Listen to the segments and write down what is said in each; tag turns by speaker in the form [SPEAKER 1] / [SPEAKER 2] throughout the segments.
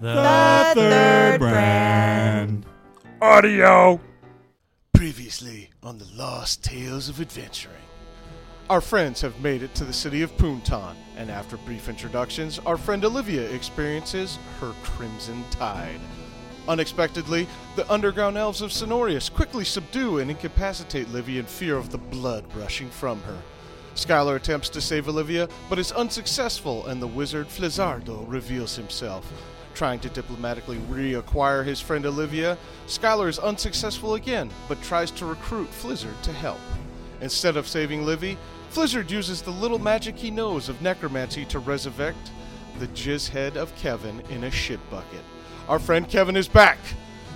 [SPEAKER 1] The,
[SPEAKER 2] Audio.
[SPEAKER 3] Previously on the Lost Tales of Adventuring. Our friends have made it to the city of Puntan, and after brief introductions, our friend Olivia experiences her crimson tide. Unexpectedly, the underground elves of Sonorius quickly subdue and incapacitate Livy in fear of the blood rushing from her. Skylar attempts to save Olivia, but is unsuccessful, and the wizard Flizardo reveals himself. Trying to diplomatically reacquire his friend Olivia, Skylar is unsuccessful again, but tries to recruit Flizzard to help. Instead of saving Livy, Flizzard uses the little magic he knows of necromancy to resurrect the jizz head of Kevin in a shit bucket. Our friend Kevin is back!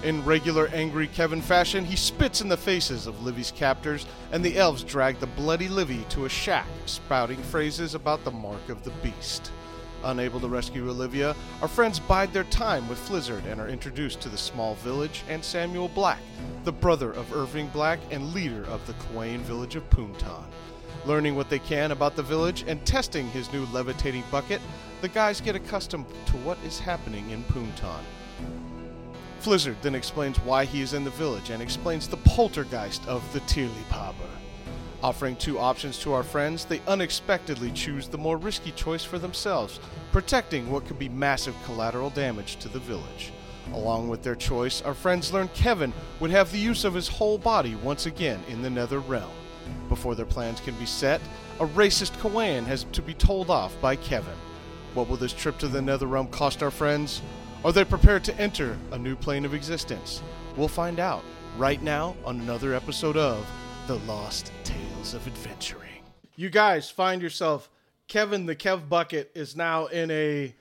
[SPEAKER 3] In regular angry Kevin fashion, he spits in the faces of Livy's captors, and the elves drag the bloody Livy to a shack, spouting phrases about the mark of the beast. Unable to rescue Olivia, our friends bide their time with Flizzard and are introduced to the small village and Samuel Black, the brother of Irving Black and leader of the Kauaian village of Puntan. Learning what they can about the village and testing his new levitating bucket, the guys get accustomed to what is happening in Puntan. Flizzard then explains why he is in the village and explains the poltergeist of the Tirlipaba. Offering two options to our friends, they unexpectedly choose the more risky choice for themselves, protecting what could be massive collateral damage to the village. Along with their choice, our friends learn Kevin would have the use of his whole body once again in the Nether Realm. Before their plans can be set, a racist Kauaian has to be told off by Kevin. What will this trip to the Nether Realm cost our friends? Are they prepared to enter a new plane of existence? We'll find out right now on another episode of The Lost Tales of Adventuring. You guys find yourself Kevin the Kev Bucket is now in a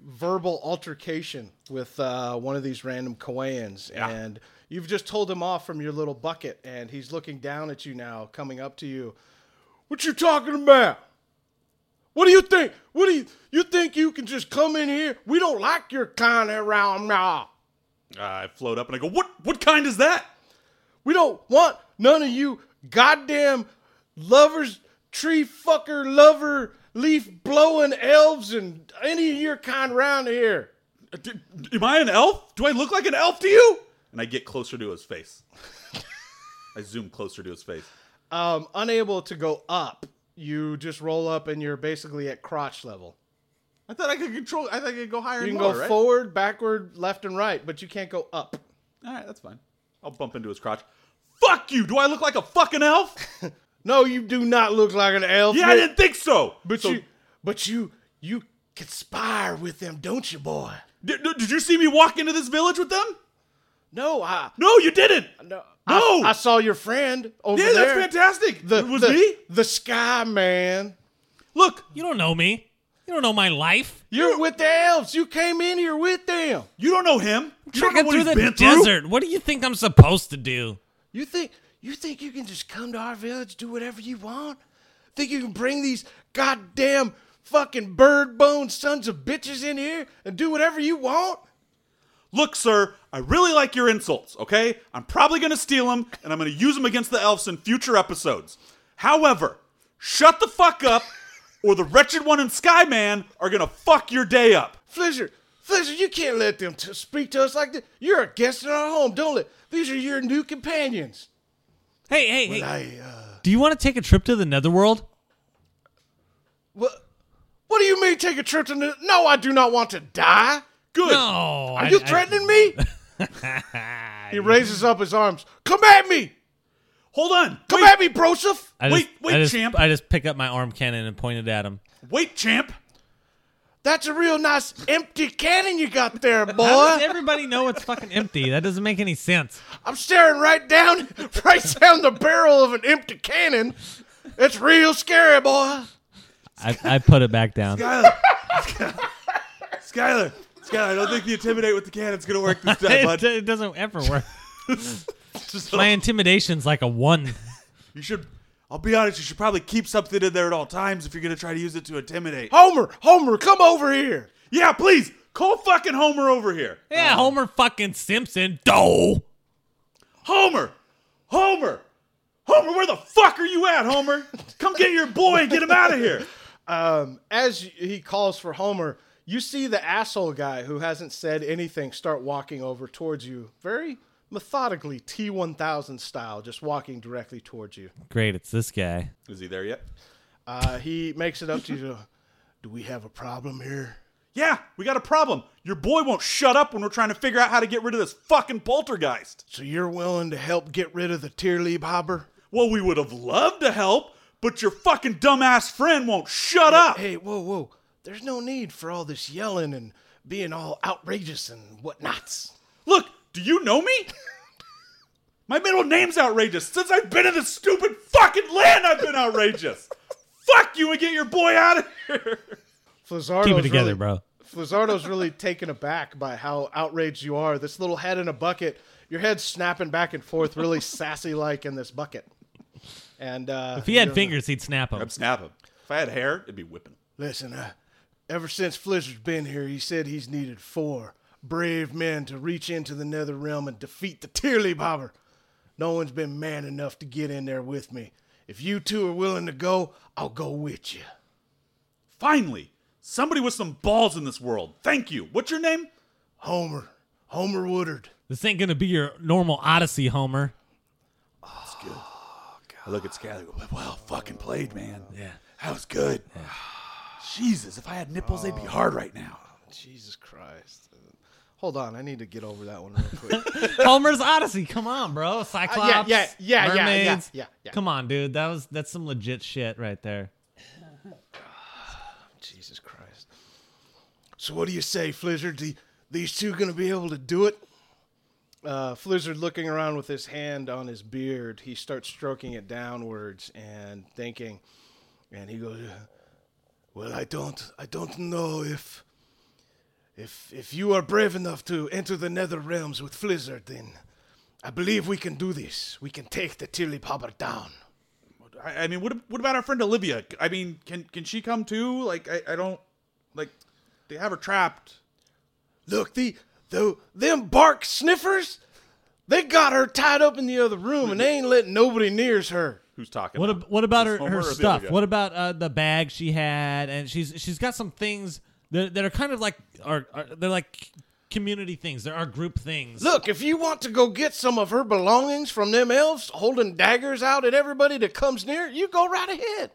[SPEAKER 3] verbal altercation with uh, one of these random Kauaians, and you've just told him off from your little bucket, and he's looking down at you now, coming up to you. What you talking about? What do you think? What do you you think you can just come in here? We don't like your kind around now.
[SPEAKER 2] Uh, I float up and I go, "What? What kind is that?"
[SPEAKER 3] We don't want none of you goddamn lovers, tree fucker, lover, leaf blowing elves and any of your kind around here.
[SPEAKER 2] Uh, d- d- am I an elf? Do I look like an elf to you? And I get closer to his face. I zoom closer to his face.
[SPEAKER 3] Um, unable to go up, you just roll up and you're basically at crotch level.
[SPEAKER 2] I thought I could control. I thought I could go higher.
[SPEAKER 3] You
[SPEAKER 2] and
[SPEAKER 3] can
[SPEAKER 2] lower,
[SPEAKER 3] go
[SPEAKER 2] right?
[SPEAKER 3] forward, backward, left, and right, but you can't go up.
[SPEAKER 2] All right, that's fine. I'll bump into his crotch. Fuck you! Do I look like a fucking elf?
[SPEAKER 3] No, you do not look like an elf.
[SPEAKER 2] Yeah, I
[SPEAKER 3] man.
[SPEAKER 2] didn't think so.
[SPEAKER 3] But
[SPEAKER 2] So-
[SPEAKER 3] you, but you, you conspire with them, don't you, boy?
[SPEAKER 2] Did, did you see me walk into this village with them?
[SPEAKER 3] No, I
[SPEAKER 2] No, you didn't.
[SPEAKER 3] no,
[SPEAKER 2] No!
[SPEAKER 3] I, I saw your friend over
[SPEAKER 2] yeah, that's
[SPEAKER 3] there.
[SPEAKER 2] fantastic.
[SPEAKER 3] The,
[SPEAKER 2] it was
[SPEAKER 3] the,
[SPEAKER 2] me.
[SPEAKER 3] the Sky Man.
[SPEAKER 2] Look,
[SPEAKER 1] You don't know me. You don't know my life.
[SPEAKER 3] You're with the elves. You came in here with them.
[SPEAKER 2] you don't know him. You don't know
[SPEAKER 1] Trekking
[SPEAKER 2] what
[SPEAKER 1] through
[SPEAKER 2] he's
[SPEAKER 1] the
[SPEAKER 2] been
[SPEAKER 1] desert. What do you think I'm supposed to do?
[SPEAKER 3] You think you think you can just come to our village, do whatever you want? Think you can bring these goddamn fucking bird bone sons of bitches in here and do whatever you want?
[SPEAKER 2] Look, sir, I really like your insults, okay? I'm probably going to steal them and I'm going to use them against the elves in future episodes. However, shut the fuck up or the wretched one and Skyman are going to fuck your day up.
[SPEAKER 3] Flizzard, Flizzard, you can't let them t- speak to us like this. You're a guest in our home. Don't let. These are your new companions.
[SPEAKER 1] Hey, hey, hey.
[SPEAKER 3] I, uh.
[SPEAKER 1] do you want to take a trip to the netherworld?
[SPEAKER 3] What, what do you mean take a trip to. the- No, I do not want to die.
[SPEAKER 2] Good.
[SPEAKER 1] No.
[SPEAKER 3] Are you threatening me? he raises up his arms. Come at me!
[SPEAKER 2] Hold on.
[SPEAKER 3] Come
[SPEAKER 2] wait,
[SPEAKER 3] at me, Broseph!
[SPEAKER 1] I
[SPEAKER 2] Wait,
[SPEAKER 1] just-
[SPEAKER 2] wait,
[SPEAKER 1] I just,
[SPEAKER 2] champ.
[SPEAKER 1] I just pick up my arm cannon and point it at him.
[SPEAKER 2] wait, champ.
[SPEAKER 3] That's a real nice empty cannon you got there,
[SPEAKER 1] How does
[SPEAKER 3] boy.
[SPEAKER 1] everybody know it's fucking empty? That doesn't make any sense.
[SPEAKER 3] I'm staring right down, right down the barrel of an empty cannon. It's real scary, boy.
[SPEAKER 1] I, I put it back down.
[SPEAKER 2] Skylar. Skylar. Skylar, I don't think the intimidate with the cannon's going to work this time,
[SPEAKER 1] It,
[SPEAKER 2] bud.
[SPEAKER 1] it doesn't ever work.
[SPEAKER 2] Just
[SPEAKER 1] My intimidation's like a one.
[SPEAKER 2] You should. I'll be honest. You should probably keep something in there at all times if you're gonna try to use it to intimidate.
[SPEAKER 3] Homer, Homer, come over here.
[SPEAKER 2] Yeah, please call fucking Homer over here.
[SPEAKER 1] Yeah, Homer fucking Simpson. Doe.
[SPEAKER 2] Homer, Homer, Homer. Where the fuck are you at, Homer? Come get your boy and get him out of here.
[SPEAKER 3] um, as he calls for Homer, You see the asshole guy who hasn't said anything start walking over towards you, very methodically T1000 style, just walking directly towards you.
[SPEAKER 1] Great, it's this guy.
[SPEAKER 2] Is he there yet?
[SPEAKER 3] Uh, he makes it up to you. Do we have a problem here?
[SPEAKER 2] Yeah, we got a problem. Your boy won't shut up when we're trying to figure out how to get rid of this fucking poltergeist.
[SPEAKER 3] So you're willing to help get rid of the Tierliebhaber?
[SPEAKER 2] Well, we would have loved to help, but your fucking dumbass friend won't shut up.
[SPEAKER 3] Hey, whoa, whoa. There's no need for all this yelling and being all outrageous and whatnots.
[SPEAKER 2] Look, do you know me? My middle name's outrageous. Since I've been in this stupid fucking land, I've been outrageous. Fuck you and get your boy out of here.
[SPEAKER 3] Flizzardo's
[SPEAKER 1] Keep it together,
[SPEAKER 3] really,
[SPEAKER 1] bro.
[SPEAKER 3] Flizzardo's really taken aback by how outraged you are. This little head in a bucket, your head snapping back and forth, really sassy like in this bucket. And uh,
[SPEAKER 1] If he had fingers, he'd snap him.
[SPEAKER 2] I'd snap him. If I had hair, it'd be whipping.
[SPEAKER 3] Listen, uh, ever since Flizzard's been here, he said he's needed four brave men to reach into the nether realm and defeat the Tearly Bobber. No one's been man enough to get in there with me. If you two are willing to go, I'll go with you.
[SPEAKER 2] Finally, somebody with some balls in this world. Thank you. What's your name?
[SPEAKER 3] Homer, Homer Woodard.
[SPEAKER 1] This ain't gonna be your normal Odyssey, Homer.
[SPEAKER 2] I look at Scully. Well, fucking played, man. Yeah. That was good. Jesus, if I had nipples, they'd be hard right now.
[SPEAKER 3] Jesus Christ. Hold on, I need to get over that one real quick.
[SPEAKER 1] Homer's Odyssey. Come on, bro. Cyclops.
[SPEAKER 3] Uh, yeah, yeah, yeah, yeah,
[SPEAKER 1] mermaids.
[SPEAKER 3] yeah, yeah.
[SPEAKER 1] Come on, dude. That was that's some legit shit right there.
[SPEAKER 3] Jesus Christ. So what do you say, Flizzard? The, these two gonna be able to do it? Uh, Flizzard, looking around with his hand on his beard, he starts stroking it downwards and thinking, and he goes, "Uh, "Well, I don't, I don't know if, if, if you are brave enough to enter the Nether realms with Flizzard, then I believe we can do this. We can take the Tilly Popper down."
[SPEAKER 2] I, I mean, what what about our friend Olivia? I mean, can can she come too? Like, I, I don't like they have her trapped.
[SPEAKER 3] Look, the, the them bark sniffers, they got her tied up in the other room and they ain't letting nobody nears her.
[SPEAKER 2] Who's talking?
[SPEAKER 1] What ab- what about her,
[SPEAKER 2] Homer or
[SPEAKER 1] her
[SPEAKER 2] the other
[SPEAKER 1] stuff?
[SPEAKER 2] guy?
[SPEAKER 1] What about uh, the bag she had? And she's she's got some things that, that are kind of like are, are they're like community things. There are group things.
[SPEAKER 3] Look, if you want to go get some of her belongings from them elves holding daggers out at everybody that comes near, you go right ahead.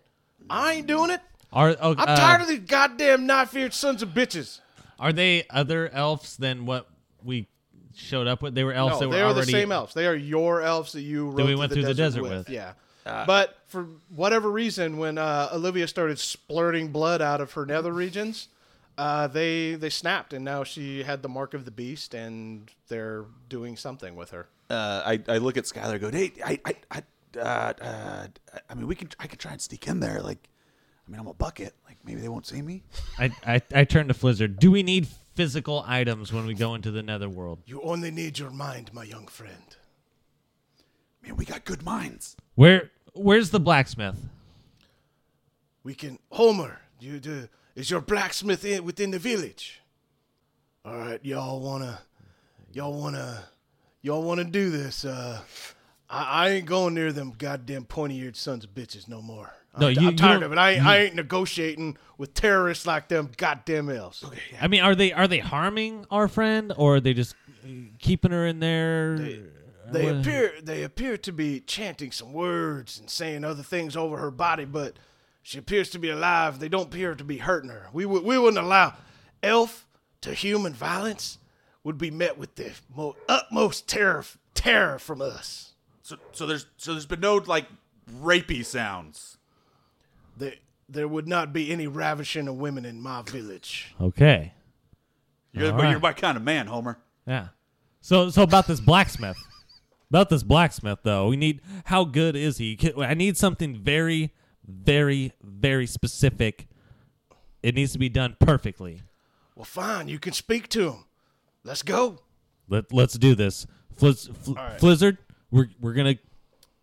[SPEAKER 3] I ain't doing it.
[SPEAKER 1] Are oh,
[SPEAKER 3] I'm
[SPEAKER 1] uh,
[SPEAKER 3] tired of these goddamn knife-eared sons of bitches.
[SPEAKER 1] Are they other elves than what we showed up with? They were elves
[SPEAKER 3] No,
[SPEAKER 1] that were
[SPEAKER 3] they are the
[SPEAKER 1] already
[SPEAKER 3] same elves. They are your elves that you rode
[SPEAKER 1] we went
[SPEAKER 3] through the desert, with.
[SPEAKER 1] with.
[SPEAKER 3] Yeah. but for whatever reason, when uh, Olivia started splurting blood out of her nether regions, uh, they they snapped, and now she had the mark of the beast, and they're doing something with her.
[SPEAKER 2] Uh, I I look at Skylar. and Go, hey, I I I, uh, uh, I mean, we can I could try and sneak in there. Like, I mean, I'm a bucket. Like, maybe they won't see me.
[SPEAKER 1] I, I I turned to Flizzard. Do we need physical items when we go into the netherworld?
[SPEAKER 3] You only need your mind, my young friend.
[SPEAKER 2] Man, we got good minds.
[SPEAKER 1] Where where's the blacksmith?
[SPEAKER 3] We can Homer. You do, is your blacksmith in, within the village? All right, y'all wanna, y'all wanna, y'all wanna do this? Uh, I, I ain't going near them goddamn pointy-eared sons of bitches no more.
[SPEAKER 1] No,
[SPEAKER 3] I'm,
[SPEAKER 1] you-
[SPEAKER 3] I'm
[SPEAKER 1] you
[SPEAKER 3] tired
[SPEAKER 1] don't-
[SPEAKER 3] of it. I, ain't I ain't negotiating with terrorists like them goddamn elves.
[SPEAKER 1] I mean, are they are they harming our friend or are they just uh, keeping her in there?
[SPEAKER 3] They appear they appear to be chanting some words and saying other things over her body, but she appears to be alive. They don't appear to be hurting her. We would we wouldn't allow elf to human violence would be met with the mo- utmost terror terror from us.
[SPEAKER 2] So so there's so there's been no like rapey sounds.
[SPEAKER 3] There there would not be any ravishing of women in my village.
[SPEAKER 1] okay.
[SPEAKER 2] You're
[SPEAKER 1] All right.
[SPEAKER 2] you're my kind of man, Homer.
[SPEAKER 1] Yeah. So so about this blacksmith. about this blacksmith though. We need how good is he? Can- I need something very very very specific. It needs to be done perfectly.
[SPEAKER 3] Well, fine, you can speak to him. Let's go.
[SPEAKER 1] Let Let's do this. Flizz, fl- Flizzard, we're we're gonna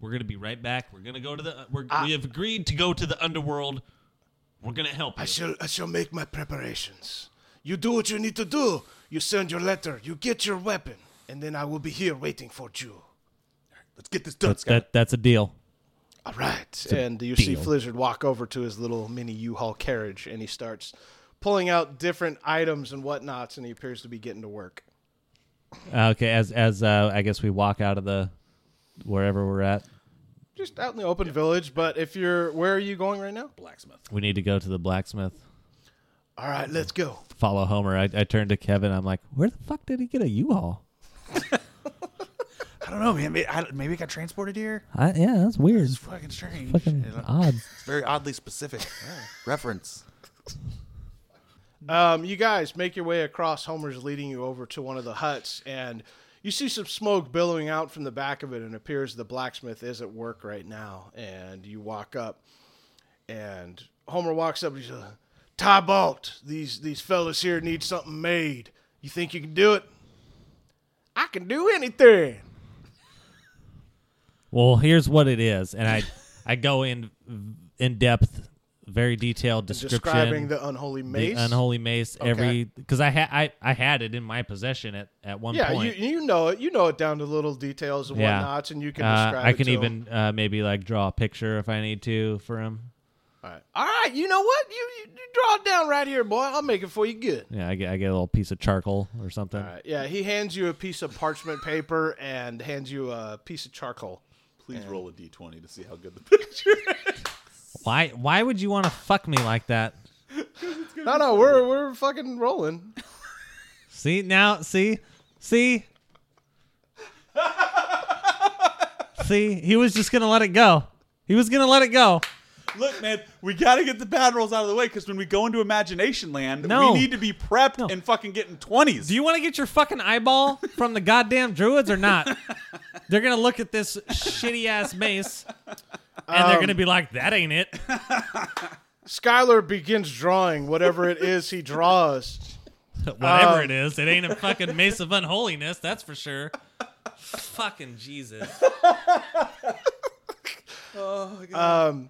[SPEAKER 1] we're gonna be right back. We're gonna go to the. We're, we have agreed to go to the underworld. We're gonna help.
[SPEAKER 3] I
[SPEAKER 1] You.
[SPEAKER 3] shall I shall make my preparations. You do what you need to do. You send your letter, you get your weapon, and then I will be here waiting for you.
[SPEAKER 2] Let's get this done, Skylar.
[SPEAKER 1] That that's a deal.
[SPEAKER 3] All right. and you see Flizzard walk over to his little mini U-Haul carriage and he starts pulling out different items and whatnots, and he appears to be getting to work.
[SPEAKER 1] Okay, as as uh, I guess we walk out of the wherever we're at,
[SPEAKER 3] Just out in the open village, but if you're, where are you going right now?
[SPEAKER 2] Blacksmith.
[SPEAKER 1] we need to go to the blacksmith.
[SPEAKER 3] All right, let's go.
[SPEAKER 1] Follow Homer. I, I turned to Kevin. I'm like, where the fuck did he get a U-Haul?
[SPEAKER 4] I don't know, man. Maybe I, maybe I got transported here.
[SPEAKER 1] I, yeah, that's weird.
[SPEAKER 4] It's fucking strange.
[SPEAKER 1] Fucking
[SPEAKER 4] It's
[SPEAKER 1] odd.
[SPEAKER 4] very oddly specific reference.
[SPEAKER 3] Um, you guys make your way across. Homer's leading you over to one of the huts, and you see some smoke billowing out from the back of it, and it appears the blacksmith is at work right now. And you walk up, and Homer walks up. And he's like, "Tybalt, these these fellas here need something made. You think you can do it? I can do anything."
[SPEAKER 1] Well, here's what it is, and I I go in in depth, very detailed description.
[SPEAKER 3] Describing the unholy
[SPEAKER 1] the
[SPEAKER 3] mace.
[SPEAKER 1] unholy mace every because I had I, I had it in my possession at, at one
[SPEAKER 3] yeah, you,
[SPEAKER 1] point.
[SPEAKER 3] you know it. You know it down to little details and
[SPEAKER 1] Yeah.
[SPEAKER 3] whatnots, and you can
[SPEAKER 1] Uh,
[SPEAKER 3] describe.
[SPEAKER 1] I
[SPEAKER 3] it
[SPEAKER 1] can
[SPEAKER 3] to 'em.
[SPEAKER 1] even uh, maybe like draw a picture if I need to for him.
[SPEAKER 3] All right. All right. You know what? You, you, you draw it down right here, boy. I'll make it for you good.
[SPEAKER 1] Yeah, I get, I get a little piece of charcoal or something.
[SPEAKER 3] All right. Yeah. He hands you a piece of parchment paper and hands you a piece of charcoal.
[SPEAKER 2] Please roll a d20 to see how good the picture is.
[SPEAKER 1] Why why would you want to fuck me like that?
[SPEAKER 3] No, no. We're we're fucking rolling.
[SPEAKER 1] See now, see, see, see. He was just gonna let it go. He was gonna let it go.
[SPEAKER 2] Look, man, we got to get the bad rolls out of the way because when we go into imagination land,
[SPEAKER 1] No.
[SPEAKER 2] we need to be prepped and fucking getting 20s.
[SPEAKER 1] Do you want to get your fucking eyeball from the goddamn druids or not? They're gonna look at this shitty ass mace, and they're gonna be like, "That ain't it."
[SPEAKER 3] Skylar begins drawing whatever it is he draws.
[SPEAKER 1] Whatever it is, it ain't a fucking mace of unholiness. That's for sure. fucking Jesus.
[SPEAKER 3] Uh,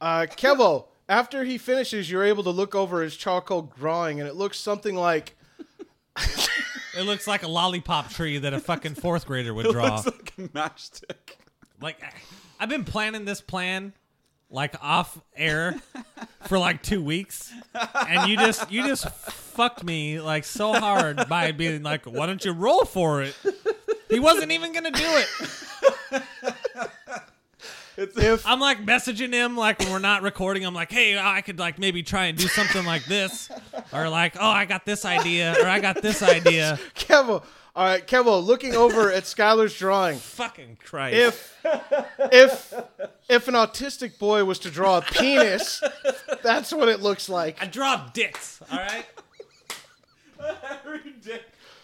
[SPEAKER 3] Kevo. After he finishes, you're able to look over his charcoal drawing, and it looks something like
[SPEAKER 1] It looks like a lollipop tree that a fucking fourth grader would draw.
[SPEAKER 2] Looks like a matchstick.
[SPEAKER 1] Like, I- I've been planning this plan like off air for like two weeks, and you just you just fucked me like so hard by being like, "Why don't you roll for it?" He wasn't even gonna do it.
[SPEAKER 2] It's,
[SPEAKER 3] if
[SPEAKER 1] I'm like messaging him like when we're not recording. I'm like, "Hey, I could like maybe try and do something like this," or like, "Oh, I got this idea," or "I got this idea."
[SPEAKER 3] Kevo. All right, Kevo. Looking over at Skylar's drawing.
[SPEAKER 1] Fucking Christ!
[SPEAKER 3] if if if an autistic boy was to draw a penis, that's what it looks like.
[SPEAKER 1] I drop dicks, all right.
[SPEAKER 2] every dick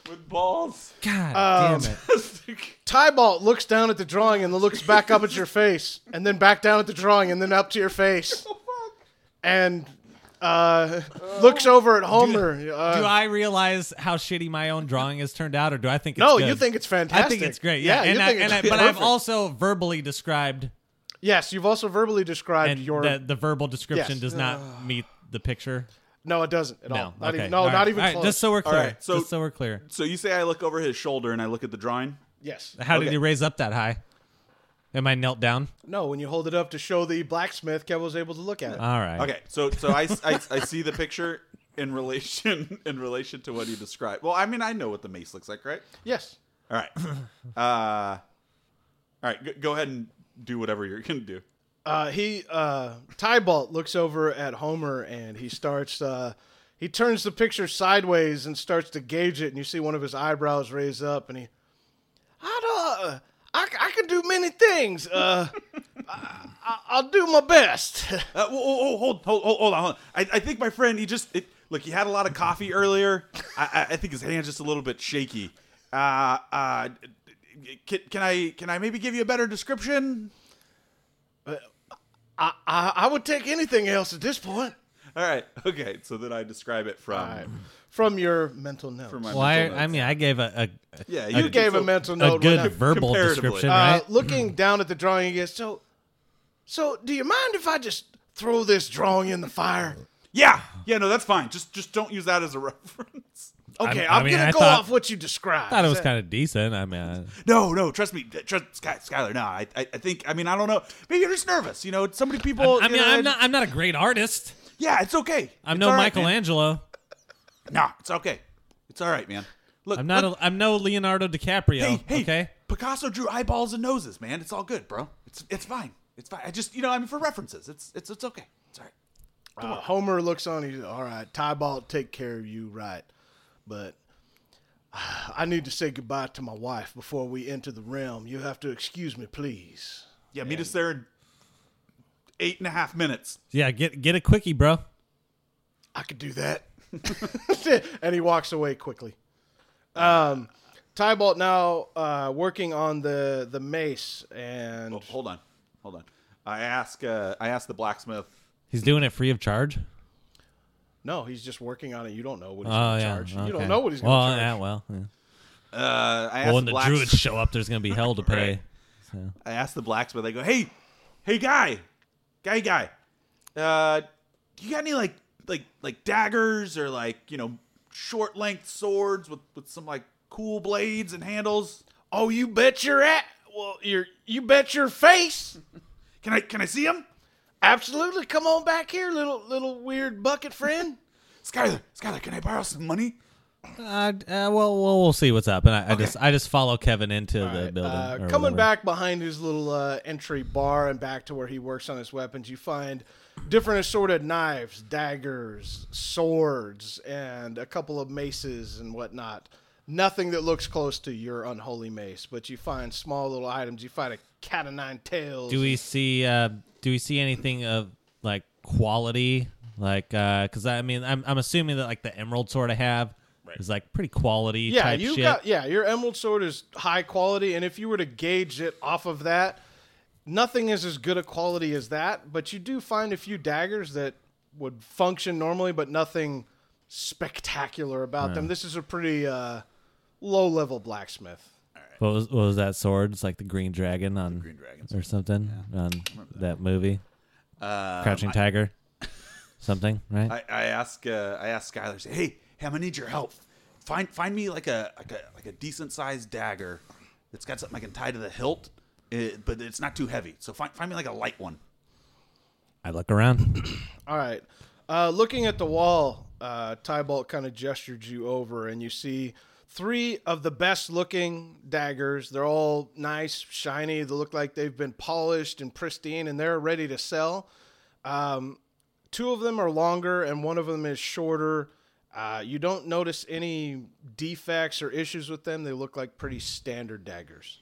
[SPEAKER 2] with balls.
[SPEAKER 1] God damn it.
[SPEAKER 3] Tybalt looks down at the drawing and then looks back up at your face, and then back down at the drawing, and then up to your face, and uh, looks over at Homer. uh,
[SPEAKER 1] Do I realize how shitty my own drawing has turned out, or do I think it's
[SPEAKER 3] no,
[SPEAKER 1] good?
[SPEAKER 3] you think it's fantastic.
[SPEAKER 1] I think it's great. Yeah, and,
[SPEAKER 3] you
[SPEAKER 1] I,
[SPEAKER 3] think
[SPEAKER 1] and
[SPEAKER 3] it's
[SPEAKER 1] I, but I've
[SPEAKER 3] perfect.
[SPEAKER 1] also verbally described,
[SPEAKER 3] yes, you've also verbally described
[SPEAKER 1] and
[SPEAKER 3] your.
[SPEAKER 1] the, the verbal description
[SPEAKER 3] Yes.
[SPEAKER 1] does not meet the picture.
[SPEAKER 3] no, it doesn't at all.
[SPEAKER 1] No,
[SPEAKER 3] Not
[SPEAKER 1] okay.
[SPEAKER 3] even, no,
[SPEAKER 1] All right.
[SPEAKER 3] not even
[SPEAKER 1] All right,
[SPEAKER 3] close.
[SPEAKER 1] Just so we're clear.
[SPEAKER 2] right, so-
[SPEAKER 1] just so we're clear.
[SPEAKER 2] So you say I look over his shoulder and I look at the drawing?
[SPEAKER 3] yes.
[SPEAKER 1] How did
[SPEAKER 2] Okay.
[SPEAKER 1] you raise up that high? Am I knelt down?
[SPEAKER 3] No, when you hold it up to show the blacksmith, Kevo's able to look at it.
[SPEAKER 1] All right.
[SPEAKER 2] Okay, so so I, I, I see the picture in relation in relation to what you described. Well, I mean, I know what the mace looks like, right?
[SPEAKER 3] yes.
[SPEAKER 2] All right. Uh, all right. Go, go ahead and do whatever you're gonna do.
[SPEAKER 3] Uh, he uh, Tybalt looks over at Homer and he starts. Uh, he turns the picture sideways and starts to gauge it, and you see one of his eyebrows raise up, and he. I don't. I, I can do many things. Uh, I, I'll do my best.
[SPEAKER 2] Uh, whoa, whoa, whoa, hold, hold, hold, hold on. Hold on. I, I think my friend, he just it, look. He had a lot of coffee earlier. I, I, I think his hand's just a little bit shaky. Uh, uh, can, can I can I maybe give you a better description?
[SPEAKER 3] I, I I would take anything else at this point.
[SPEAKER 2] All right. Okay. So then I describe it from.
[SPEAKER 3] All right. From your mental notes. Uh,
[SPEAKER 2] from my
[SPEAKER 1] Well, I,
[SPEAKER 2] mental
[SPEAKER 1] I
[SPEAKER 2] notes.
[SPEAKER 1] mean, I gave a a,
[SPEAKER 2] yeah,
[SPEAKER 3] you
[SPEAKER 2] did
[SPEAKER 3] gave
[SPEAKER 2] so-
[SPEAKER 3] a mental
[SPEAKER 1] a
[SPEAKER 3] note.
[SPEAKER 1] good
[SPEAKER 3] when I-
[SPEAKER 1] verbal
[SPEAKER 2] comparatively.
[SPEAKER 1] description,
[SPEAKER 2] Uh,
[SPEAKER 1] right?
[SPEAKER 3] Uh, looking down at the drawing, he goes, "So, so do you mind if I just throw this drawing in the fire?"
[SPEAKER 2] Yeah, yeah. No, that's fine. Just just don't use that as a reference.
[SPEAKER 3] Okay,
[SPEAKER 1] I
[SPEAKER 3] I'm,
[SPEAKER 1] mean,
[SPEAKER 3] gonna
[SPEAKER 1] I
[SPEAKER 3] go
[SPEAKER 1] thought-
[SPEAKER 3] off what you described.
[SPEAKER 1] I thought it was kind of decent. I mean, I-
[SPEAKER 2] No, no, trust me, trust Sky, Skylar. No, I, I, I think. I mean, I don't know. Maybe you're just nervous. You know, so many people.
[SPEAKER 1] I mean,
[SPEAKER 2] you know,
[SPEAKER 1] I'm not I'm not a great artist.
[SPEAKER 2] Yeah, it's okay.
[SPEAKER 1] I'm
[SPEAKER 2] It's
[SPEAKER 1] no
[SPEAKER 2] all right, man.
[SPEAKER 1] Michelangelo.
[SPEAKER 2] No, it's okay. It's all right, man. Look,
[SPEAKER 1] I'm not.
[SPEAKER 2] look-
[SPEAKER 1] A, I'm no Leonardo DiCaprio.
[SPEAKER 2] hey, hey,
[SPEAKER 1] okay.
[SPEAKER 2] Picasso drew eyeballs and noses, man. It's all good, bro. It's it's fine. It's fine. I just, you know, I mean, for references, it's it's it's okay. It's all right.
[SPEAKER 5] Uh, Homer looks on. He's all right. Tybalt, take care of you, right? But I need to say goodbye to my wife before we enter the realm. You have to excuse me, please.
[SPEAKER 2] Yeah, meet us there in eight and a half minutes.
[SPEAKER 1] Yeah, get get a quickie, bro.
[SPEAKER 5] I could do that.
[SPEAKER 3] and he walks away quickly. Um, Tybalt now uh, working on the the mace, and
[SPEAKER 2] Oh, hold on, hold on. I ask, uh, I ask the blacksmith.
[SPEAKER 1] He's doing it free of charge.
[SPEAKER 3] no, he's just working on it. You don't know what he's
[SPEAKER 1] Oh
[SPEAKER 3] going to
[SPEAKER 1] yeah.
[SPEAKER 3] charge.
[SPEAKER 1] okay.
[SPEAKER 3] You don't know what he's going to
[SPEAKER 1] well,
[SPEAKER 3] charge.
[SPEAKER 1] Yeah, well, yeah.
[SPEAKER 2] Uh, I ask
[SPEAKER 1] well,
[SPEAKER 2] the,
[SPEAKER 1] when the
[SPEAKER 2] blacks-
[SPEAKER 1] druids show up, there's gonna be hell to pay.
[SPEAKER 2] I asked the blacksmith. I go, "Hey, hey, guy, guy, guy, uh, you got any like, like, like daggers or like, you know, short length swords with with some like cool blades and handles?
[SPEAKER 5] Oh, you bet your at. Well, your you bet your face.
[SPEAKER 2] Can I can I see them?
[SPEAKER 5] Absolutely. Come on back here, little little weird bucket friend.
[SPEAKER 2] Skyler, Skyler, can I borrow some money?
[SPEAKER 1] Uh, d- uh, well, well, we'll see what's up. And I, I just I just follow Kevin into the building.
[SPEAKER 3] Uh,
[SPEAKER 1] or
[SPEAKER 3] coming
[SPEAKER 1] whatever.
[SPEAKER 3] back behind his little uh, entry bar and back to where he works on his weapons, you find different assorted knives, daggers, swords, and a couple of maces and whatnot. Nothing that looks close to your unholy mace, but you find small little items. You find a cat o' nine tails.
[SPEAKER 1] Do we see uh, do we see anything of like quality? Like, because I mean, I'm I'm assuming that like the emerald sword I have is like pretty quality.
[SPEAKER 3] yeah,
[SPEAKER 1] type
[SPEAKER 3] you
[SPEAKER 1] shit.
[SPEAKER 3] got yeah. Your emerald sword is high quality, and if you were to gauge it off of that, nothing is as good a quality as that. But you do find a few daggers that would function normally, but nothing spectacular about them. This is a pretty uh, low level blacksmith.
[SPEAKER 1] What was what was that sword? It's like the green dragon on green
[SPEAKER 2] dragons.
[SPEAKER 1] or something on that, Um, movie,
[SPEAKER 2] Uh,
[SPEAKER 1] Crouching Tiger, something right?
[SPEAKER 2] I, I ask, uh, I ask Skyler. Say, hey, hey, I'm gonna need your help. Find find me like a like a like a decent sized dagger that's got something I can tie to the hilt, eh, but it's not too heavy. So find find me like a light one.
[SPEAKER 1] I look around.
[SPEAKER 3] All right. Uh, looking at the wall, uh, Tybalt kind of gestured you over, and you see three of the best looking daggers. They're all nice, shiny. They look like they've been polished and pristine, and they're ready to sell. Um, two of them are longer, and one of them is shorter. Uh, you don't notice any defects or issues with them. They look like pretty standard daggers.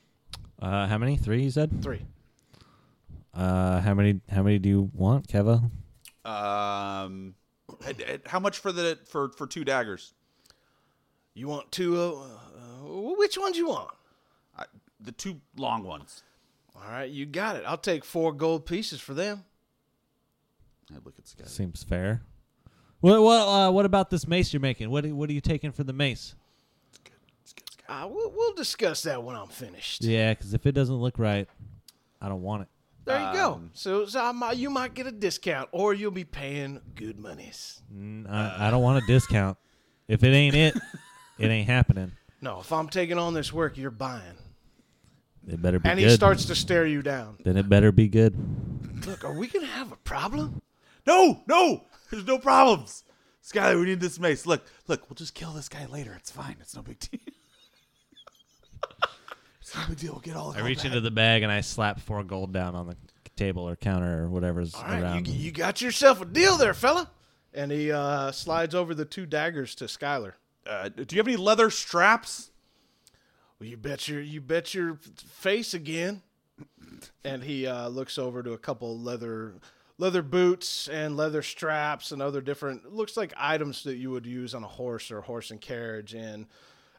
[SPEAKER 1] Uh, how many? Three? You said.
[SPEAKER 3] Three.
[SPEAKER 1] Uh, how many? How many do you want, Kevo?
[SPEAKER 2] Um, and- and how much for the for for two daggers?
[SPEAKER 5] You want two? Uh, uh, which ones you want?
[SPEAKER 2] I, the two long ones.
[SPEAKER 5] All right, you got it. I'll take four gold pieces for them.
[SPEAKER 2] I look at Skyler.
[SPEAKER 1] Seems fair. What what uh, what about this mace you're making? What what are you taking for the mace?
[SPEAKER 5] Uh, we'll, we'll discuss that when I'm finished.
[SPEAKER 1] Yeah, because if it doesn't look right, I don't want it.
[SPEAKER 5] There you go. So, so I might, you might get a discount, or you'll be paying good monies.
[SPEAKER 1] N- I, I don't want a discount. If it ain't it, it ain't happening.
[SPEAKER 5] No, if I'm taking on this work, you're buying.
[SPEAKER 1] It better be
[SPEAKER 3] And
[SPEAKER 1] good.
[SPEAKER 3] he starts to stare you down.
[SPEAKER 1] Then it better be good.
[SPEAKER 5] Look, are we gonna have a problem?
[SPEAKER 2] No, no, there's no problems. Skyler, we need this mace. Look, look, we'll just kill this guy later. It's fine. It's no big deal. it's no big deal. We'll get all.
[SPEAKER 1] I reach into the bag and I slap four gold down on the table or counter or whatever's
[SPEAKER 5] All right,
[SPEAKER 1] around.
[SPEAKER 5] you, you got yourself a deal there, fella.
[SPEAKER 3] And he uh, slides over the two daggers to Skylar.
[SPEAKER 2] Uh, do you have any leather straps?
[SPEAKER 5] Well, you bet your you bet your face again.
[SPEAKER 3] and he uh, looks over to a couple leather leather boots and leather straps and other different looks like items that you would use on a horse or horse and carriage and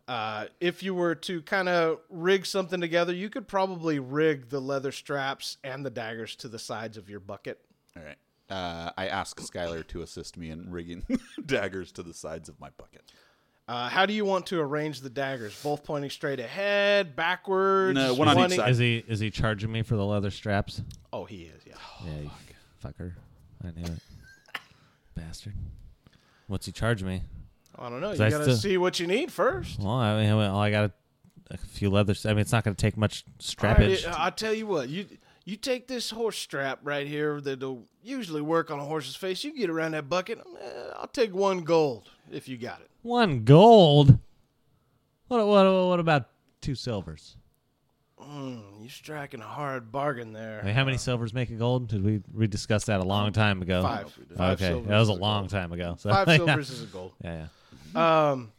[SPEAKER 3] uh, if you were to kind of rig something together you could probably rig the leather straps and the daggers to the sides of your bucket
[SPEAKER 2] All right. Uh, I ask Skylar to assist me in rigging daggers to the sides of my bucket.
[SPEAKER 3] uh, how do you want to arrange the daggers both pointing straight ahead backwards
[SPEAKER 2] No, one on each side.
[SPEAKER 1] Is he is he charging me for the leather straps?
[SPEAKER 3] oh he is yeah
[SPEAKER 1] Yeah, you fucker. I knew it. Bastard. What's he charge me?
[SPEAKER 3] i don't know you
[SPEAKER 1] I
[SPEAKER 3] gotta
[SPEAKER 1] still-
[SPEAKER 3] see what you need first
[SPEAKER 1] Well, I mean, well, I got a, a few leather. I mean, it's not going to take much
[SPEAKER 5] All right,
[SPEAKER 1] strappage.
[SPEAKER 3] uh,
[SPEAKER 5] I- I'll tell you what, you you take this horse strap right
[SPEAKER 3] Eh,
[SPEAKER 5] here that'll usually work on a horse's face. You get around that bucket. uh, I'll take one gold.
[SPEAKER 3] if you got it.
[SPEAKER 1] One gold. What what what about two silvers?
[SPEAKER 3] Mm, you're striking a hard bargain there.
[SPEAKER 1] I mean, how many silvers make a gold? Did we we discussed that a long time ago?
[SPEAKER 3] um, Five.
[SPEAKER 1] Okay,
[SPEAKER 3] Five silvers
[SPEAKER 1] that was a
[SPEAKER 3] is a
[SPEAKER 1] long time ago. So
[SPEAKER 3] Five
[SPEAKER 1] yeah.
[SPEAKER 3] silvers is a gold.
[SPEAKER 1] Yeah, yeah.
[SPEAKER 3] Um,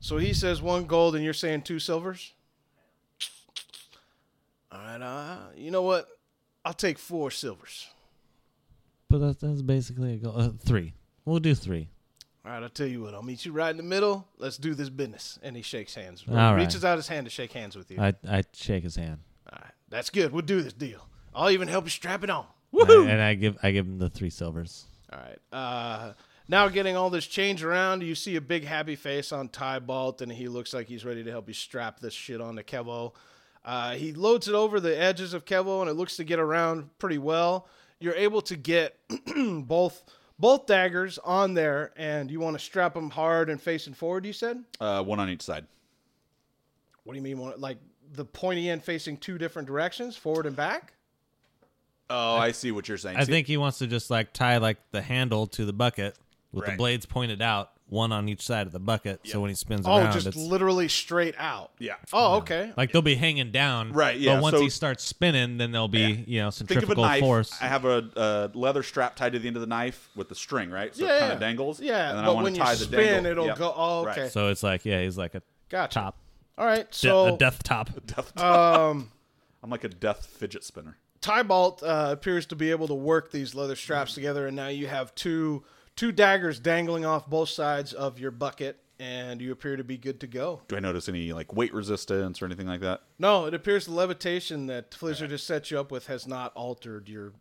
[SPEAKER 3] so he says one gold, and you're saying two silvers. All right, uh, you know what? I'll take four silvers.
[SPEAKER 1] But that, that's basically a gold. Uh, three. We'll do three.
[SPEAKER 3] All right, I'll tell you what. I'll meet you right in the middle. Let's do this business. And he shakes hands.
[SPEAKER 1] All right.
[SPEAKER 3] Reaches out his hand to shake hands with you.
[SPEAKER 1] I I shake his hand.
[SPEAKER 3] All right, that's good. We'll do this deal. I'll even help you strap it on.
[SPEAKER 1] Woohoo! and I give I give him the three silvers.
[SPEAKER 3] All right. Uh, now getting all this change around, you see a big happy face on Ty Balt, and he looks like he's ready to help you strap this shit onto Kevo. Uh, he loads it over the edges of Kevo, and it looks to get around pretty well. You're able to get both both daggers on there, and you want to strap them hard and facing forward. You said.
[SPEAKER 2] Uh, one on each side.
[SPEAKER 3] What do you mean? one- Like the pointy end facing two different directions, forward and back.
[SPEAKER 2] Oh, I see what you're saying.
[SPEAKER 1] I
[SPEAKER 2] See,
[SPEAKER 1] think he wants to just like tie like the handle to the bucket with the
[SPEAKER 2] Right.
[SPEAKER 1] blades pointed out, one on each side of the bucket. So when he spins
[SPEAKER 3] Oh,
[SPEAKER 1] around,
[SPEAKER 3] just
[SPEAKER 1] it's
[SPEAKER 3] literally straight out.
[SPEAKER 2] Yeah.
[SPEAKER 3] Oh, okay.
[SPEAKER 1] like they'll be hanging down.
[SPEAKER 2] Right, yeah,
[SPEAKER 1] But once
[SPEAKER 2] so-
[SPEAKER 1] he starts spinning, then there'll be you know
[SPEAKER 2] Think
[SPEAKER 1] centrifugal
[SPEAKER 2] of a knife.
[SPEAKER 1] force.
[SPEAKER 2] I have a, uh leather strap tied to the end of the knife with the string, right? So it kind of dangles.
[SPEAKER 3] Yeah,
[SPEAKER 2] and then
[SPEAKER 3] but
[SPEAKER 2] I want
[SPEAKER 3] when
[SPEAKER 2] to tie
[SPEAKER 3] you
[SPEAKER 2] the
[SPEAKER 3] spin,
[SPEAKER 2] dangle.
[SPEAKER 3] it'll
[SPEAKER 2] Yep.
[SPEAKER 3] go. Oh,
[SPEAKER 2] Right.
[SPEAKER 3] okay.
[SPEAKER 1] so it's like yeah, he's like a
[SPEAKER 3] Gotcha.
[SPEAKER 1] top,
[SPEAKER 3] All right.
[SPEAKER 1] de-
[SPEAKER 3] So
[SPEAKER 1] a death top.
[SPEAKER 3] Um,
[SPEAKER 2] I'm like a death fidget spinner.
[SPEAKER 3] Tybalt uh, appears to be able to work these leather straps together, and now you have two two daggers dangling off both sides of your bucket, and you appear to be good to go.
[SPEAKER 2] Do I notice any like weight resistance or anything like that?
[SPEAKER 3] No, it appears the levitation that Flizzard has set you up with has not altered your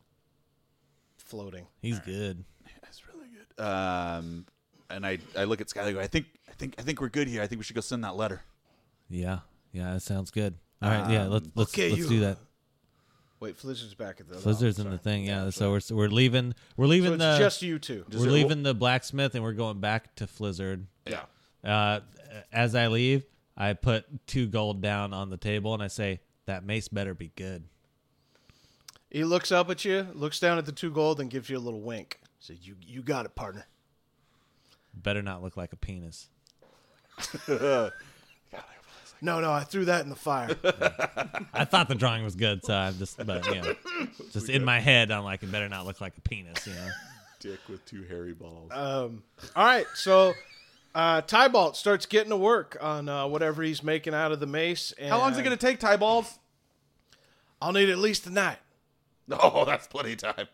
[SPEAKER 3] floating.
[SPEAKER 1] He's good.
[SPEAKER 2] That's really good. Um, and I, I look at Skyler. I go, I think I think I think we're good here. I think we should go send that letter.
[SPEAKER 1] Yeah, yeah, that sounds good. All right, yeah,
[SPEAKER 2] Um,
[SPEAKER 1] let's let's
[SPEAKER 3] okay,
[SPEAKER 1] let's
[SPEAKER 3] you-
[SPEAKER 1] do that.
[SPEAKER 3] Wait, Flizzard's back at the
[SPEAKER 2] Oh,
[SPEAKER 1] Blizzard's in the thing, yeah. So we're we're leaving we're
[SPEAKER 3] So
[SPEAKER 1] leaving
[SPEAKER 3] it's
[SPEAKER 1] the
[SPEAKER 3] just you two.
[SPEAKER 1] we're leaving the blacksmith and we're going back to Flizzard.
[SPEAKER 2] Yeah.
[SPEAKER 1] Uh, as I leave, I put two gold down on the table and I say, "That mace better be good."
[SPEAKER 3] He looks up at you, looks down at the two gold, and gives you a little wink. So you you got it, partner.
[SPEAKER 1] Better not look like a penis.
[SPEAKER 3] No, no, I threw that in the fire.
[SPEAKER 1] I thought the drawing was good, so I'm just, but you know, just in my head, I'm like, it better not look like a penis, you know.
[SPEAKER 2] Dick with two hairy balls.
[SPEAKER 3] All right, so uh, Tybalt starts getting to work on uh, whatever he's making out of the mace. And
[SPEAKER 2] How long's it gonna take, tie balls?
[SPEAKER 3] I'll need at least the night.
[SPEAKER 2] Oh, that's plenty of time.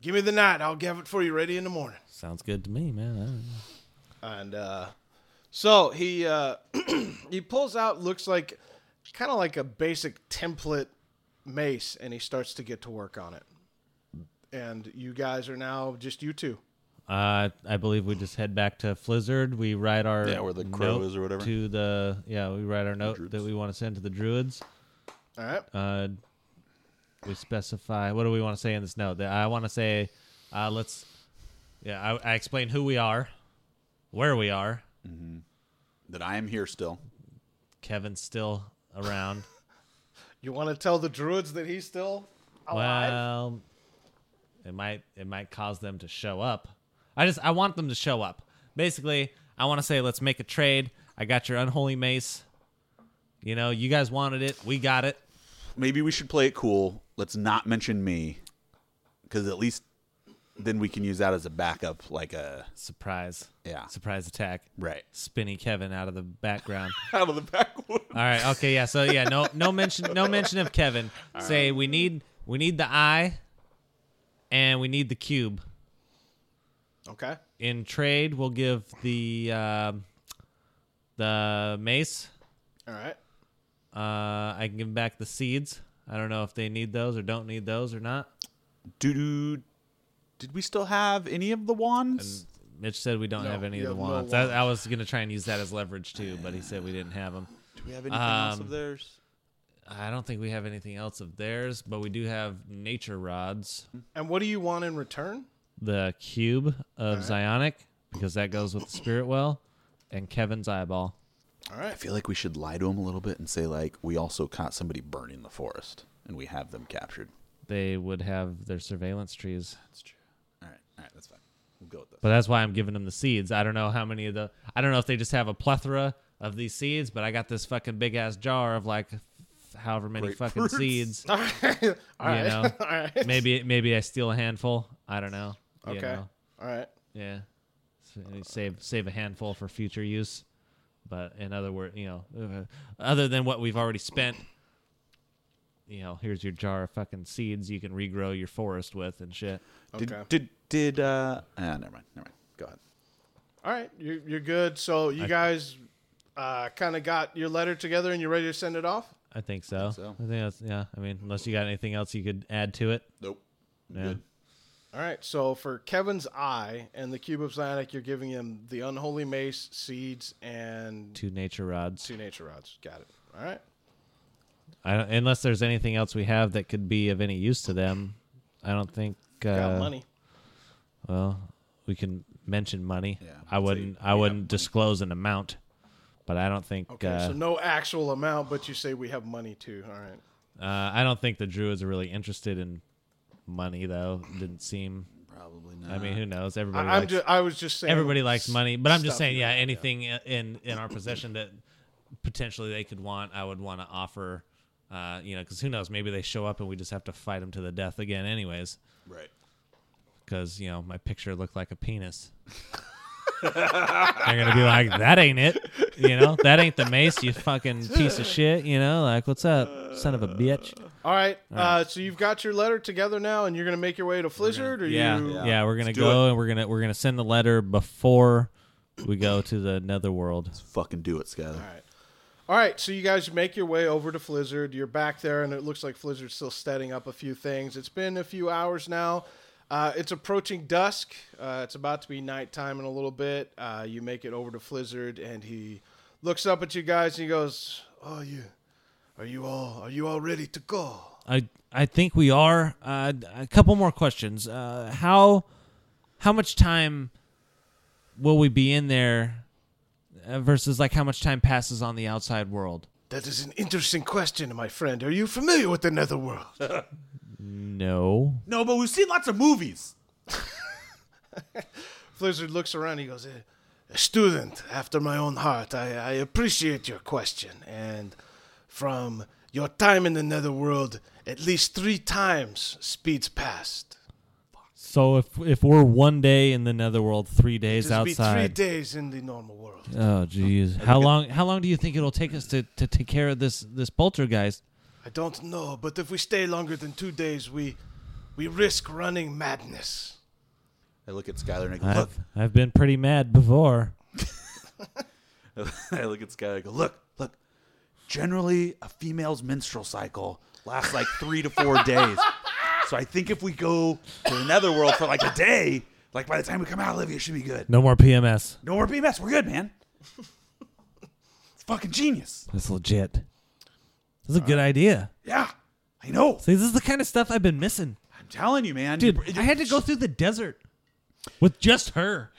[SPEAKER 3] Give me the night. I'll have it for you ready in the morning.
[SPEAKER 1] Sounds good to me, man. I don't know.
[SPEAKER 3] And uh, so he uh, he pulls out, looks like kind of like a basic template mace, and he starts to get to work on it. And you guys are now just you two.
[SPEAKER 1] Uh, I believe we just head back to Flizzard. We write our
[SPEAKER 2] Yeah, where the crow
[SPEAKER 1] note
[SPEAKER 2] is or whatever.
[SPEAKER 1] to the yeah. We write our note that
[SPEAKER 2] Druids.
[SPEAKER 1] we want to send to the druids.
[SPEAKER 3] All right.
[SPEAKER 1] Uh, we specify what do we want to say in this note. That I want to say, uh, let's yeah. I, I explain who we are, where we are.
[SPEAKER 2] That I am here still.
[SPEAKER 1] Kevin's still around.
[SPEAKER 3] You want to tell the druids that he's still alive?
[SPEAKER 1] Well, it might it might cause them to show up. I just I want them to show up. Basically, I want to say let's make a trade. I got your unholy mace. You know, you guys wanted it, we got it.
[SPEAKER 2] Maybe we should play it cool. Let's not mention me, because at least then we can use that as a backup, like a
[SPEAKER 1] Surprise.
[SPEAKER 2] Yeah.
[SPEAKER 1] Surprise attack.
[SPEAKER 2] right
[SPEAKER 1] Spinny Kevin out of the background.
[SPEAKER 2] out of the backwood.
[SPEAKER 1] All right. Okay. Yeah. So yeah. No. No mention. No mention of Kevin. Say we need we need the eye, and we need the cube.
[SPEAKER 3] Okay.
[SPEAKER 1] In trade, we'll give the um the mace.
[SPEAKER 3] All right.
[SPEAKER 1] Uh, I can give back the seeds. I don't know if they need those or don't need those or not.
[SPEAKER 2] Do Did we still have any of the wands?
[SPEAKER 1] Mitch said we don't
[SPEAKER 3] No,
[SPEAKER 1] have any
[SPEAKER 3] you
[SPEAKER 1] of the
[SPEAKER 3] have no
[SPEAKER 1] wands. I, I was gonna try and use that as leverage too, but he said we didn't have them.
[SPEAKER 2] Do we have anything else
[SPEAKER 1] um,
[SPEAKER 2] of theirs?
[SPEAKER 1] I don't think we have anything else of theirs, but we do have nature rods,
[SPEAKER 3] And what do you want in return?
[SPEAKER 1] the cube of Zionic because that goes with the spirit well, and Kevin's eyeball.
[SPEAKER 2] I feel like we should lie to him a little bit and say like we also caught somebody burning the forest and we have them captured.
[SPEAKER 1] They would have their surveillance trees.
[SPEAKER 2] That's true. All right, all right, that's fine. We'll go with this.
[SPEAKER 1] But that's why I'm giving them the seeds. I don't know how many of the. I don't know if they just have a plethora of these seeds, but I got this fucking big ass jar of like, f- however many fucking
[SPEAKER 2] Grapefruits.
[SPEAKER 1] seeds.
[SPEAKER 3] All right. All
[SPEAKER 1] you
[SPEAKER 3] right.
[SPEAKER 1] know,
[SPEAKER 3] All right.
[SPEAKER 1] maybe maybe I steal a handful. I don't know. You
[SPEAKER 3] Okay.
[SPEAKER 1] know.
[SPEAKER 3] All right.
[SPEAKER 1] Yeah. So, you save save a handful for future use, but in other words, you know, uh, other than what we've already spent, you know, here's your jar of fucking seeds you can regrow your forest with and shit.
[SPEAKER 4] Did
[SPEAKER 3] Okay.
[SPEAKER 4] did did uh? Ah, never mind. Never mind. Go ahead.
[SPEAKER 3] All right. You're, you're good. So you guys uh, kind of got your letter together and you're ready to send it off?
[SPEAKER 1] I think so. I think,
[SPEAKER 4] so.
[SPEAKER 1] that's yeah. I mean, unless you got anything else you could add to it.
[SPEAKER 2] Nope.
[SPEAKER 1] Yeah.
[SPEAKER 2] Good.
[SPEAKER 3] All right. So for Kevin's eye and the cube of Zionic, you're giving him the unholy mace, seeds, and
[SPEAKER 1] Two nature rods.
[SPEAKER 3] two nature rods. Got it. All right.
[SPEAKER 1] I don't, unless there's anything else we have that could be of any use to them, I don't think. Uh,
[SPEAKER 3] Got money.
[SPEAKER 1] Well, we can mention money.
[SPEAKER 4] Yeah,
[SPEAKER 1] I
[SPEAKER 4] let's
[SPEAKER 1] wouldn't.
[SPEAKER 4] say
[SPEAKER 1] I wouldn't disclose an amount, but I don't think.
[SPEAKER 3] Okay.
[SPEAKER 1] uh,
[SPEAKER 3] so no actual amount, but you say we have money too. All right.
[SPEAKER 1] uh, I don't think the Druids are really interested in money, though. Didn't seem.
[SPEAKER 4] Probably not.
[SPEAKER 1] I mean, who knows? Everybody.
[SPEAKER 3] I, I'm
[SPEAKER 1] likes,
[SPEAKER 3] ju- I was just saying.
[SPEAKER 1] everybody likes money, but I'm just
[SPEAKER 3] stuff
[SPEAKER 1] saying,
[SPEAKER 3] you
[SPEAKER 1] yeah, anything in in our possession that potentially they could want, I would want to offer. Uh, you know, because who knows? Maybe they show up and we just have to fight them to the death again, anyways.
[SPEAKER 2] Right.
[SPEAKER 1] Because you know, my picture looked like a penis. They're gonna be like, "That ain't it," you know. That ain't the mace, you fucking piece of shit. You know, like, what's up, son of a bitch?
[SPEAKER 3] All right. Uh, so you've got your letter together now, and you're gonna make your way to Flizzard, or
[SPEAKER 1] yeah,
[SPEAKER 3] you?
[SPEAKER 1] yeah,
[SPEAKER 4] Yeah.
[SPEAKER 1] We're gonna
[SPEAKER 2] do
[SPEAKER 1] go and we're gonna we're gonna send the letter before we go to the netherworld.
[SPEAKER 4] Fucking do it, Skyler.
[SPEAKER 3] All right. All right. So you guys make your way over to Flizzard. You're back there, and it looks like Flizzard's still setting up a few things. It's been a few hours now. Uh, it's approaching dusk. Uh, it's about to be nighttime in a little bit. Uh, you make it over to Flizzard, and he looks up at you guys and he goes, "Oh, you, are you all, are you all ready to go?"
[SPEAKER 1] I I think we are. Uh, a couple more questions. Uh, how how much time will we be in there uh, versus like how much time passes on the outside world?
[SPEAKER 3] That is an interesting question, my friend. Are you familiar with the Netherworld?
[SPEAKER 1] No.
[SPEAKER 2] No, but we've seen lots of movies.
[SPEAKER 3] Blizzard looks around. He goes, "A- "A student after my own heart. I, I appreciate your question, and from your time in the Netherworld, at least three times speeds past.
[SPEAKER 1] So if if we're one day in the netherworld, three days
[SPEAKER 3] This would be three
[SPEAKER 1] outside.
[SPEAKER 3] days in the normal world.
[SPEAKER 1] oh jeez. How long how long do you think it'll take us to, to take care of this this poltergeist?
[SPEAKER 3] I don't know, but if we stay longer than two days, we we risk running madness.
[SPEAKER 4] I look at Skylar and I go, look.
[SPEAKER 1] I've I've been pretty mad before.
[SPEAKER 4] I look at Skylar and I go, look, look. Generally, a female's menstrual cycle lasts like three to four days. So I think if we go to the netherworld for like a day, like by the time we come out, Olivia should be good.
[SPEAKER 1] No more PMS.
[SPEAKER 4] No more BMS. We're good, man. It's fucking genius.
[SPEAKER 1] That's legit. That's a good
[SPEAKER 4] Uh,
[SPEAKER 1] idea.
[SPEAKER 4] Yeah. I know.
[SPEAKER 1] See, this is the kind of stuff I've been missing.
[SPEAKER 4] I'm telling you, man.
[SPEAKER 1] Dude,
[SPEAKER 4] You-
[SPEAKER 1] I had to go through the desert with just her.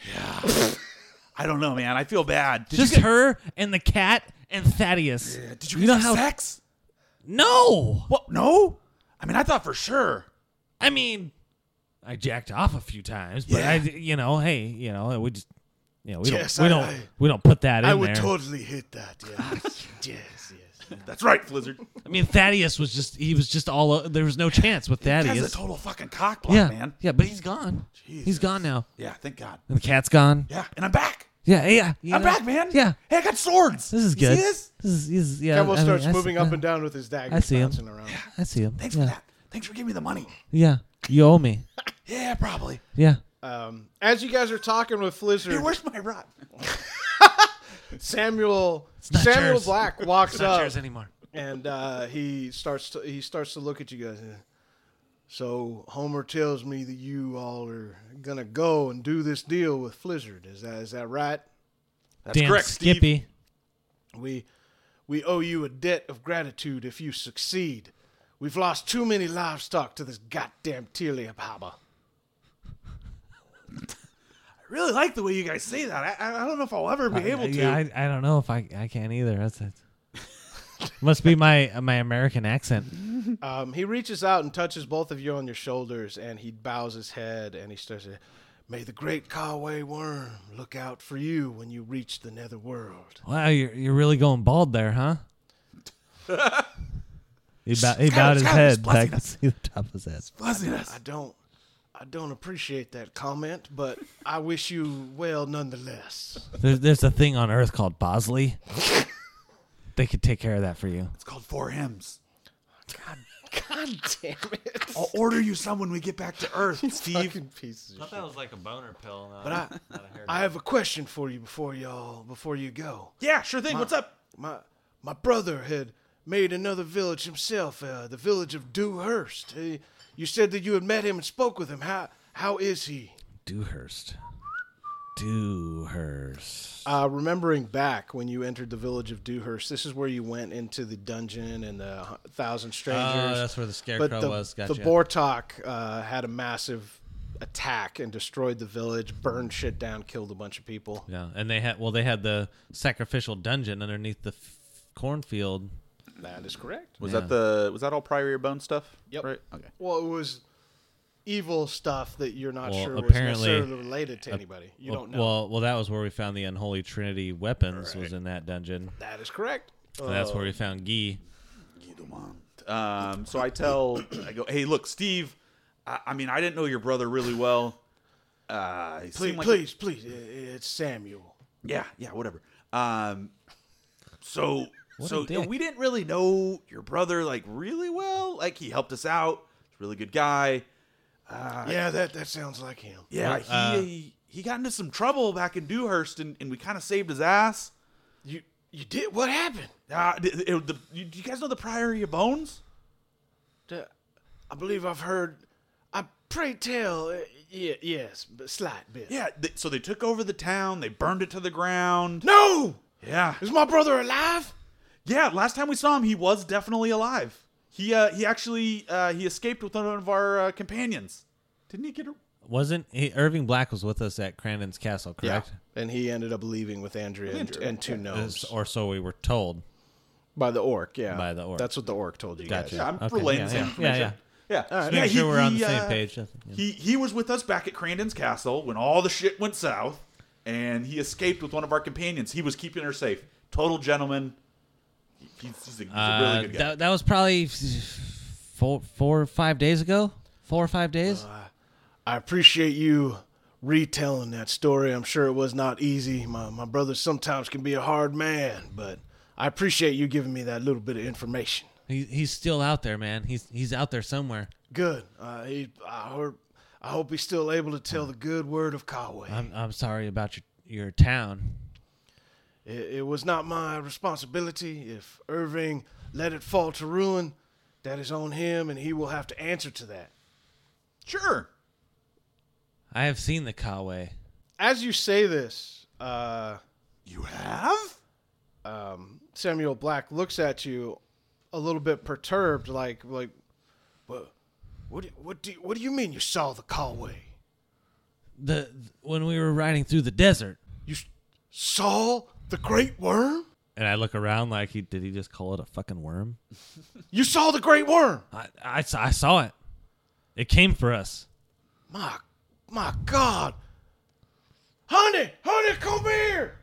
[SPEAKER 4] I don't know, man. I feel bad. Did
[SPEAKER 1] just
[SPEAKER 4] you get,
[SPEAKER 1] her and the cat and Thaddeus.
[SPEAKER 4] Did you, get
[SPEAKER 1] know
[SPEAKER 4] some
[SPEAKER 1] how-
[SPEAKER 4] sex?
[SPEAKER 1] No!
[SPEAKER 4] What? No. I mean, I thought for sure.
[SPEAKER 1] I mean, I jacked off a few times, but
[SPEAKER 4] Yeah.
[SPEAKER 1] I, you know, hey, you know, we just, you know, we
[SPEAKER 3] Yes,
[SPEAKER 1] don't, we
[SPEAKER 3] I-
[SPEAKER 1] don't,
[SPEAKER 3] I-
[SPEAKER 1] we don't put that in
[SPEAKER 3] I would
[SPEAKER 1] there.
[SPEAKER 3] totally hit that. Yeah. yes, yes.
[SPEAKER 4] That's right, Blizzard.
[SPEAKER 1] I mean, Thaddeus was just, he was just all, o- there was no chance with
[SPEAKER 4] That's a
[SPEAKER 1] Thaddeus.
[SPEAKER 4] total fucking cock block,
[SPEAKER 1] yeah,
[SPEAKER 4] man.
[SPEAKER 1] yeah, but he's gone. He's
[SPEAKER 4] Jesus.
[SPEAKER 1] gone now,
[SPEAKER 4] Yeah. Thank God.
[SPEAKER 1] and the cat's gone.
[SPEAKER 4] Yeah. And I'm back.
[SPEAKER 1] Yeah, yeah, you
[SPEAKER 4] I'm
[SPEAKER 1] know?
[SPEAKER 4] back, man.
[SPEAKER 1] Yeah,
[SPEAKER 4] Hey, I got swords.
[SPEAKER 1] this is
[SPEAKER 4] You
[SPEAKER 1] good.
[SPEAKER 4] See this?
[SPEAKER 1] This is, this is- yeah.
[SPEAKER 3] Kevin
[SPEAKER 1] I mean,
[SPEAKER 3] starts
[SPEAKER 1] I see-
[SPEAKER 3] moving up and down with his dagger,
[SPEAKER 1] I see him.
[SPEAKER 3] bouncing around.
[SPEAKER 1] I see him.
[SPEAKER 4] Thanks
[SPEAKER 1] yeah.
[SPEAKER 4] for that. Thanks for giving me the money.
[SPEAKER 1] Yeah, you owe me.
[SPEAKER 4] Yeah, probably.
[SPEAKER 1] Yeah.
[SPEAKER 3] Um, as you guys are talking with
[SPEAKER 4] Hey,
[SPEAKER 3] Flizzard,
[SPEAKER 4] where's my rod?
[SPEAKER 3] Samuel
[SPEAKER 1] not
[SPEAKER 3] Samuel
[SPEAKER 1] yours.
[SPEAKER 3] Black walks up.
[SPEAKER 1] anymore.
[SPEAKER 3] and uh, he starts to he starts to look at you guys. uh, So Homer tells me that you all are gonna go and do this deal with Flizzard. Is that is that right?
[SPEAKER 4] That's
[SPEAKER 1] Damn,
[SPEAKER 4] correct, Steve.
[SPEAKER 1] Skippy.
[SPEAKER 3] We we owe you a debt of gratitude if you succeed. We've lost too many livestock to this goddamn Tiliab harbor.
[SPEAKER 4] I really like the way you guys say that. I, I- I don't know if I'll ever be able to.
[SPEAKER 1] Yeah, I, I don't know if I, I can't either. That's it. Must be my my American accent.
[SPEAKER 3] Um, he reaches out and touches both of you on your shoulders, and he bows his head and he starts. To, May the great Kaway worm look out for you when you reach the nether world.
[SPEAKER 1] Wow, you're, you're really going bald there, huh? he, bow, he bowed his head back to see the top of his head.
[SPEAKER 3] I don't I don't appreciate that comment, but I wish you well nonetheless.
[SPEAKER 1] There's, there's a thing on Earth called Bosley. they could take care of that for you.
[SPEAKER 2] It's called Four Hymns.
[SPEAKER 3] God damn it.
[SPEAKER 2] I'll order you some when we get back to Earth, Steve.
[SPEAKER 3] Fucking pieces of shit.
[SPEAKER 1] That was like a boner pill.
[SPEAKER 3] But I, I have a question for you before y'all before you go.
[SPEAKER 2] yeah, sure thing. What's up?
[SPEAKER 3] My my brother had made another village himself, uh, the village of Dewhurst. Uh, you said that you had met him and spoke with him. How how is he?
[SPEAKER 1] Dewhurst. Dewhurst.
[SPEAKER 3] Uh, remembering back when you entered the village of Dewhurst, this is where you went into the dungeon and the hu- thousand strangers.
[SPEAKER 1] Oh, that's where the
[SPEAKER 3] but
[SPEAKER 1] scarecrow
[SPEAKER 3] the,
[SPEAKER 1] was.
[SPEAKER 3] the
[SPEAKER 1] Gotcha.
[SPEAKER 3] Bortok uh, had a massive attack and destroyed the village, burned shit down, killed a bunch of people.
[SPEAKER 1] yeah, and they had well, they had the sacrificial dungeon underneath the f- cornfield.
[SPEAKER 3] That is correct.
[SPEAKER 6] Was
[SPEAKER 1] Yeah.
[SPEAKER 6] that the was that all prior year bone stuff?
[SPEAKER 3] Yep.
[SPEAKER 6] Right. Okay.
[SPEAKER 3] Well, it was evil stuff that you're not
[SPEAKER 1] Well,
[SPEAKER 3] sure
[SPEAKER 1] apparently-
[SPEAKER 3] was necessarily related to anybody. You
[SPEAKER 1] well,
[SPEAKER 3] don't know.
[SPEAKER 1] Well, well, that was where we found the unholy trinity weapons was in that dungeon.
[SPEAKER 3] that is correct. Uh,
[SPEAKER 1] And that's where we found Gee.
[SPEAKER 6] Um,
[SPEAKER 2] So I tell, I go, hey, look, Steve. I, I mean, I didn't know your brother really well. Uh, he
[SPEAKER 3] Please,
[SPEAKER 2] seemed like-
[SPEAKER 3] please, please. i- It's Samuel.
[SPEAKER 2] Yeah, yeah, whatever. Um, so
[SPEAKER 1] What a
[SPEAKER 2] so
[SPEAKER 1] dick.
[SPEAKER 2] we didn't really know your brother like really well. Like he helped us out. He's a really good guy.
[SPEAKER 3] yeah, that that sounds like him.
[SPEAKER 2] Yeah,
[SPEAKER 1] uh,
[SPEAKER 2] he he got into some trouble back in Dewhurst, and, and we kind of saved his ass.
[SPEAKER 3] You you did what happened?
[SPEAKER 2] Uh, it, it- the, you, do you guys know the Priory of Bones?
[SPEAKER 3] The- I believe I've heard. I pray tell. uh, Yeah, yes, but slight bit.
[SPEAKER 2] Yeah. th so they took over the town. They burned it to the ground.
[SPEAKER 3] No,
[SPEAKER 2] Yeah.
[SPEAKER 3] is my brother alive?
[SPEAKER 2] Yeah, last time we saw him, he was definitely alive. He uh, he actually uh, he escaped with one of our uh, companions. Didn't he get? A-
[SPEAKER 1] Wasn't he, Irving Black was with us at Crandon's castle, correct?
[SPEAKER 3] And he ended up leaving with Andrea and, and two gnomes
[SPEAKER 1] As- Or so we were told.
[SPEAKER 3] by the orc. Yeah,
[SPEAKER 1] By the orc.
[SPEAKER 3] That's what the orc told you
[SPEAKER 1] Gotcha.
[SPEAKER 3] guys.
[SPEAKER 2] I'm
[SPEAKER 1] Okay,
[SPEAKER 2] relaying
[SPEAKER 1] yeah,
[SPEAKER 2] the same
[SPEAKER 1] yeah,
[SPEAKER 2] information.
[SPEAKER 1] yeah,
[SPEAKER 2] Yeah, yeah.
[SPEAKER 1] Just making
[SPEAKER 2] he-
[SPEAKER 1] sure we're on
[SPEAKER 2] he,
[SPEAKER 1] the same
[SPEAKER 2] uh,
[SPEAKER 1] page. I think, yeah.
[SPEAKER 2] He he was with us back at Crandon's castle when all the shit went south, and he escaped with one of our companions. He was keeping her safe. Total gentleman. He- He's, he's a, he's a
[SPEAKER 1] Uh,
[SPEAKER 2] really good guy.
[SPEAKER 1] That, that was probably four, four or five days ago. Four or five days.
[SPEAKER 3] I appreciate you retelling that story. I'm sure it was not easy. My, my brother sometimes can be a hard man, but I appreciate you giving me that little bit of information.
[SPEAKER 1] he, he's still out there, man. He's he's out there somewhere.
[SPEAKER 3] Good. Uh, he, I, heard, I hope he's still able to tell the good word of Conway.
[SPEAKER 1] I'm I'm sorry about your your town.
[SPEAKER 3] It, it was not my responsibility. If Irving let it fall to ruin, that is on him, and he will have to answer to that.
[SPEAKER 2] Sure.
[SPEAKER 1] I have seen the Kawe.
[SPEAKER 3] As you say this, uh, um,
[SPEAKER 2] You have?
[SPEAKER 3] Samuel Black looks at you a little bit perturbed, like like, what what do- what do you, what do you mean you saw the Callway?
[SPEAKER 1] The when we were riding through the desert,
[SPEAKER 3] You s- saw the Great Worm?
[SPEAKER 1] and I look around like he did. He just call it a fucking worm.
[SPEAKER 3] You saw the Great Worm?
[SPEAKER 1] I I, saw- I saw it. It came for us.
[SPEAKER 3] My my God, honey, honey, come here!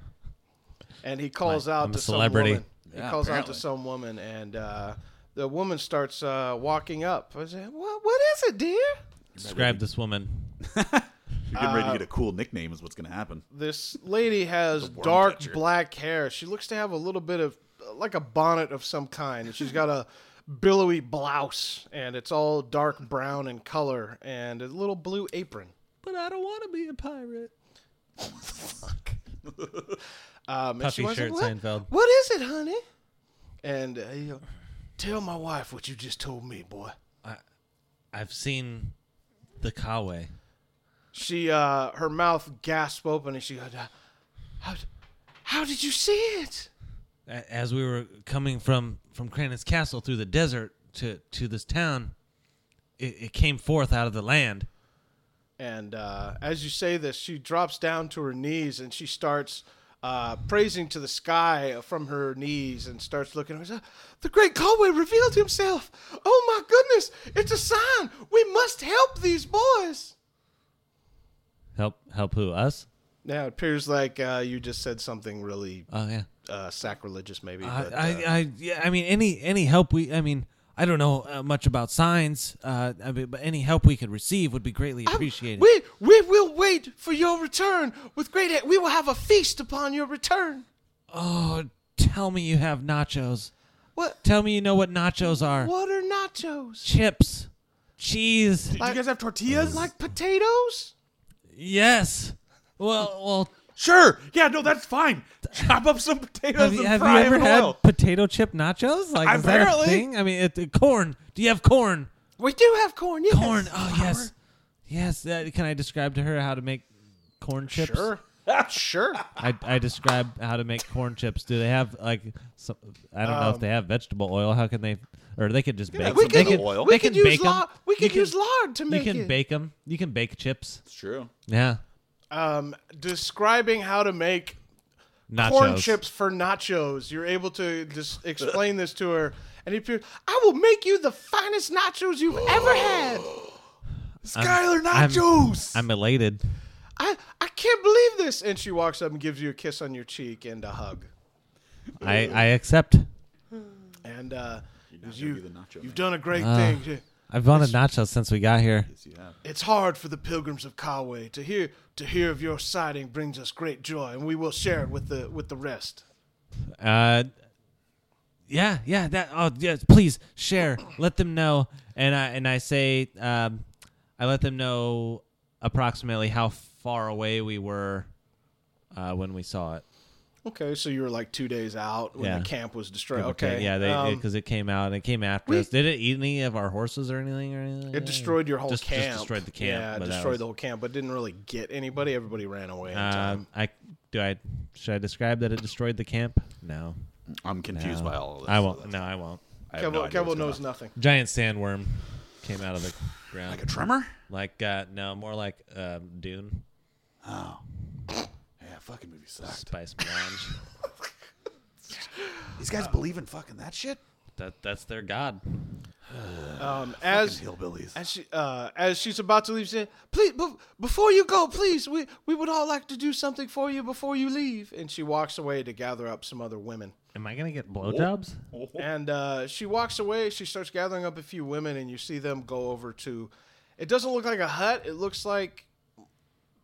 [SPEAKER 3] And he calls out
[SPEAKER 1] I'm a
[SPEAKER 3] to
[SPEAKER 1] celebrity.
[SPEAKER 3] some woman. he calls out to some woman, and uh, the woman starts uh, walking up. I said, what, what is it, dear?
[SPEAKER 1] Describe this woman.
[SPEAKER 2] You're getting ready to get a cool nickname, is what's going to happen.
[SPEAKER 3] this lady has
[SPEAKER 2] worm
[SPEAKER 3] dark
[SPEAKER 2] catcher.
[SPEAKER 3] black hair. She looks to have a little bit of like a bonnet of some kind. And she's got a billowy blouse and it's all dark brown in color and a little blue apron.
[SPEAKER 1] But I don't want to be a pirate.
[SPEAKER 3] Um, and she
[SPEAKER 1] Puffy
[SPEAKER 3] was
[SPEAKER 1] shirt,
[SPEAKER 3] like, what,
[SPEAKER 1] Seinfeld.
[SPEAKER 3] what is it, honey? And uh, you know, tell my wife what you just told me, boy.
[SPEAKER 1] I've seen the Kawe.
[SPEAKER 3] She uh, her mouth gasped open and she goes, uh, how, how did you see it?
[SPEAKER 1] a- as we were coming from from Cranin's castle through the desert to to this town, it, it came forth out of the land.
[SPEAKER 3] And uh, as you say this, she drops down to her knees and she starts uh, praising to the sky from her knees and starts looking. She says, The great Galway revealed himself. Oh my goodness, it's a sign. We must help these boys.
[SPEAKER 1] Help help who? Us?
[SPEAKER 3] Now it appears like uh, you just said something really
[SPEAKER 1] Oh yeah.
[SPEAKER 3] uh, sacrilegious, maybe.
[SPEAKER 1] I,
[SPEAKER 3] but, uh,
[SPEAKER 1] I, I, yeah, I mean, any any help we, I mean, I don't know uh, much about signs, uh, I mean, but any help we could receive would be greatly appreciated.
[SPEAKER 3] We we will wait for your return with great. We will have a feast upon your return.
[SPEAKER 1] oh, tell me you have nachos.
[SPEAKER 3] What
[SPEAKER 1] Tell me you know what nachos are.
[SPEAKER 3] what are nachos?
[SPEAKER 1] Chips, cheese.
[SPEAKER 2] Do you guys have tortillas?
[SPEAKER 3] Like potatoes?
[SPEAKER 1] Yes. Well, well.
[SPEAKER 2] sure. Yeah, no, that's fine. Chop up some potatoes
[SPEAKER 1] Have you,
[SPEAKER 2] and
[SPEAKER 1] have you
[SPEAKER 2] fry 'em
[SPEAKER 1] ever
[SPEAKER 2] in
[SPEAKER 1] had
[SPEAKER 2] oil.
[SPEAKER 1] potato chip nachos? Like is that
[SPEAKER 2] Apparently.
[SPEAKER 1] a thing? I mean, it, it- corn. Do you have corn?
[SPEAKER 3] We do have corn. Yes.
[SPEAKER 1] Corn. Oh yes, yes. Uh, can I describe to her how to make corn chips?
[SPEAKER 3] Sure. sure.
[SPEAKER 1] I, I describe how to make corn chips. Do they have like some, I don't know if they have vegetable oil. How can they or they could just bake
[SPEAKER 2] we
[SPEAKER 1] them. They
[SPEAKER 2] could-
[SPEAKER 1] can,
[SPEAKER 2] oil.
[SPEAKER 1] they
[SPEAKER 3] Um, We could
[SPEAKER 1] can
[SPEAKER 3] use
[SPEAKER 1] bake
[SPEAKER 3] lard.
[SPEAKER 1] them.
[SPEAKER 3] We
[SPEAKER 1] You
[SPEAKER 3] could use lard to
[SPEAKER 1] You
[SPEAKER 3] make
[SPEAKER 1] can
[SPEAKER 3] it.
[SPEAKER 1] bake them. You can bake chips.
[SPEAKER 2] It's true.
[SPEAKER 1] Yeah.
[SPEAKER 3] Um, describing how to make
[SPEAKER 1] Nachos.
[SPEAKER 3] corn chips for nachos. You're able to just explain this to her, and if you, I will make you the finest nachos you've ever had.
[SPEAKER 2] Skylar
[SPEAKER 1] I'm-
[SPEAKER 2] nachos.
[SPEAKER 1] I'm elated.
[SPEAKER 3] I I can't believe this. And she walks up and gives you a kiss on your cheek and a hug.
[SPEAKER 1] I, I accept.
[SPEAKER 3] And uh, you,
[SPEAKER 2] gonna be the nacho
[SPEAKER 3] you've
[SPEAKER 2] man.
[SPEAKER 3] done a great
[SPEAKER 1] Ah.
[SPEAKER 3] thing.
[SPEAKER 1] I've wanted nachos since we got here.
[SPEAKER 2] Yeah.
[SPEAKER 3] It's hard for the pilgrims of Kawe to hear to hear of your sighting brings us great joy, and we will share it with the with the rest.
[SPEAKER 1] Uh, yeah, yeah. That. Oh, yes. Please share. let them know. And I and I say, um, I let them know approximately how far away we were uh, when we saw it.
[SPEAKER 3] Okay, so you were like two days out when
[SPEAKER 1] Yeah.
[SPEAKER 3] the camp was destroyed.
[SPEAKER 1] Give or
[SPEAKER 3] Okay,
[SPEAKER 1] take. Yeah, they
[SPEAKER 3] um,
[SPEAKER 1] because it came out and it came after us. Did it eat any of our horses or anything or anything?
[SPEAKER 3] It destroyed your whole
[SPEAKER 1] Mm. Just- just
[SPEAKER 3] camp.
[SPEAKER 1] destroyed the camp,
[SPEAKER 3] Yeah, it
[SPEAKER 1] but that
[SPEAKER 3] destroyed
[SPEAKER 1] was-
[SPEAKER 3] the whole camp, but didn't really get anybody. Everybody ran away. in
[SPEAKER 1] Uh,
[SPEAKER 3] time.
[SPEAKER 1] I do. I should I describe that it destroyed the camp? No,
[SPEAKER 2] I'm confused by all of this.
[SPEAKER 1] I won't. No, I won't.
[SPEAKER 2] I have no idea
[SPEAKER 3] Kevo,
[SPEAKER 2] what's
[SPEAKER 3] Kevo
[SPEAKER 2] going
[SPEAKER 3] knows
[SPEAKER 2] on.
[SPEAKER 3] nothing.
[SPEAKER 1] Giant sandworm came out of the ground.
[SPEAKER 2] Like a tremor?
[SPEAKER 1] Like uh, no, more like um, Dune.
[SPEAKER 2] Yeah, fucking movie sucks.
[SPEAKER 1] Spice Melange.
[SPEAKER 7] These
[SPEAKER 2] Uh,
[SPEAKER 7] guys believe in fucking that shit?
[SPEAKER 1] that that's their god.
[SPEAKER 3] Um, as
[SPEAKER 7] Hillbillies.
[SPEAKER 3] as she uh, as she's about to leave, she said, "Please, be- before you go, please, we we would all like to do something for you before you leave." And she walks away to gather up some other women.
[SPEAKER 1] Am I gonna get blowjobs?
[SPEAKER 3] And uh, she walks away. She starts gathering up a few women, and you see them go over to. It doesn't look like a hut. It looks like,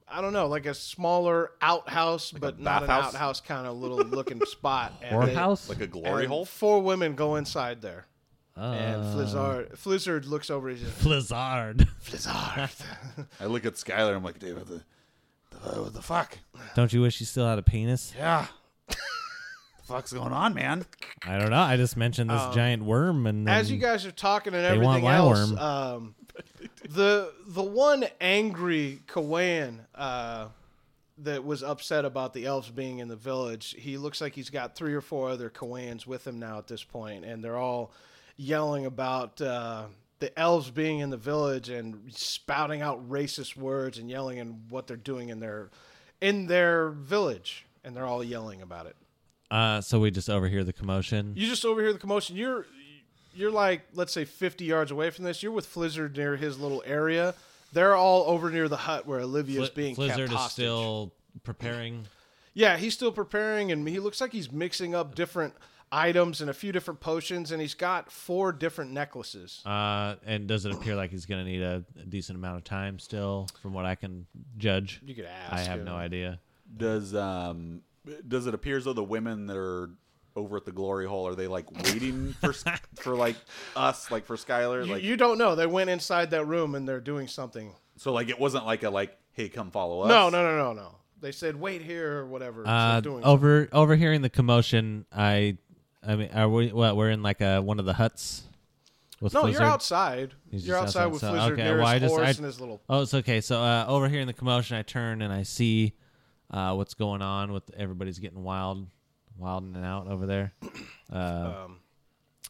[SPEAKER 3] I don't know, like a smaller outhouse, but not an
[SPEAKER 2] bathhouse?
[SPEAKER 3] outhouse kind of little looking spot. And
[SPEAKER 1] Or
[SPEAKER 3] they-
[SPEAKER 1] house?
[SPEAKER 2] Like a glory
[SPEAKER 3] and
[SPEAKER 2] hole?
[SPEAKER 3] Four women go inside there, and
[SPEAKER 1] Uh,
[SPEAKER 3] Flizzard Flizzard looks over. And says,
[SPEAKER 1] Blizzard.
[SPEAKER 2] I look at Skylar. I'm like, dude, what the,
[SPEAKER 7] Uh, what the fuck?
[SPEAKER 1] Don't you wish you still had a penis?
[SPEAKER 7] Yeah. the fuck's going on, man?
[SPEAKER 1] I don't know. I just mentioned this giant worm, and
[SPEAKER 3] Um, As
[SPEAKER 1] then-
[SPEAKER 3] you guys are talking and
[SPEAKER 1] They want
[SPEAKER 3] everything else,
[SPEAKER 1] Lyworm.
[SPEAKER 3] um, the the one angry Kawan uh, that was upset about the elves being in the village, he looks like he's got three or four other Kawans with him now at this point, and they're all yelling about uh, the elves being in the village and spouting out racist words and yelling and what they're doing in their in their village, and they're all yelling about it
[SPEAKER 1] uh, so we just overhear the commotion.
[SPEAKER 3] you just overhear the commotion. You're you're like let's say 50 yards away from this. You're with Flizzard near his little area. They're all over near the hut where Olivia is
[SPEAKER 1] Fli-
[SPEAKER 3] being
[SPEAKER 1] Blizzard
[SPEAKER 3] kept
[SPEAKER 1] is
[SPEAKER 3] hostage.
[SPEAKER 1] still preparing.
[SPEAKER 3] Yeah, he's still preparing, and he looks like he's mixing up different items and a few different potions, and he's got four different necklaces.
[SPEAKER 1] Uh, and does it appear like he's going to need a, a decent amount of time still, from what I can judge?
[SPEAKER 3] You could ask.
[SPEAKER 1] I have
[SPEAKER 3] him.
[SPEAKER 1] no idea.
[SPEAKER 2] does um does it appear as though the women that are over at the glory hole are they like waiting for s- for like us like for Skylar
[SPEAKER 3] You,
[SPEAKER 2] like
[SPEAKER 3] you don't know. They went inside that room and they're doing something.
[SPEAKER 2] so like it wasn't like a like hey come follow us
[SPEAKER 3] No, no, no, no, no. They said wait here or whatever. so
[SPEAKER 1] Uh,
[SPEAKER 3] they're doing
[SPEAKER 1] over overhearing the commotion, I, I mean, are we? What we're in like a one of the huts? With
[SPEAKER 3] No, you're
[SPEAKER 1] Blizzard?
[SPEAKER 3] outside.
[SPEAKER 1] He's
[SPEAKER 3] You're
[SPEAKER 1] just
[SPEAKER 3] outside, with
[SPEAKER 1] outside,
[SPEAKER 3] Flizzard
[SPEAKER 1] so- okay,
[SPEAKER 3] near
[SPEAKER 1] well, I
[SPEAKER 3] his
[SPEAKER 1] just-
[SPEAKER 3] horse
[SPEAKER 1] I-
[SPEAKER 3] and his little
[SPEAKER 1] Oh, it's okay. So uh, over here in the commotion, I turn and I see uh, what's going on with everybody's getting wild, wilding out over there.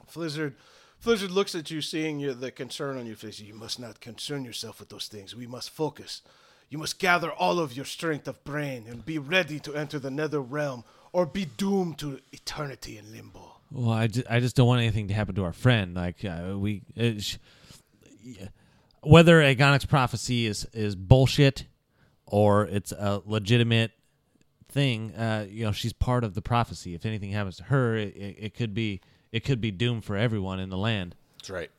[SPEAKER 3] Flizzard, Flizzard looks at you, seeing your, the concern on your face. You must not concern yourself with those things. We must focus. You must gather all of your strength of brain and be ready to enter the nether realm or be doomed to eternity in limbo.
[SPEAKER 1] Well, I just, I just don't want anything to happen to our friend. Like uh, we, uh, sh- yeah. whether Agonic's prophecy is is bullshit or it's a legitimate thing. Uh, you know, she's part of the prophecy. If anything happens to her, it, it, it could be it could be doomed for everyone in the land.
[SPEAKER 2] That's right.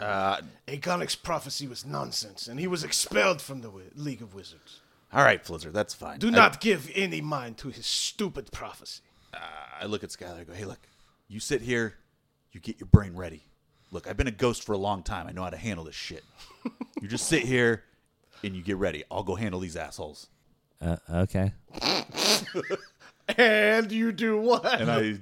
[SPEAKER 2] Uh,
[SPEAKER 3] Agonic's prophecy was nonsense, and he was expelled from the wi- League of Wizards.
[SPEAKER 2] All right, Flizzard, that's fine.
[SPEAKER 3] Do not give any mind to his stupid prophecy.
[SPEAKER 2] I look at Skylar. I go, hey, look, you sit here, you get your brain ready. Look, I've been a ghost for a long time. I know how to handle this shit. you just sit here and you get ready. I'll go handle these assholes.
[SPEAKER 1] Uh, okay.
[SPEAKER 3] And you do what?
[SPEAKER 2] And I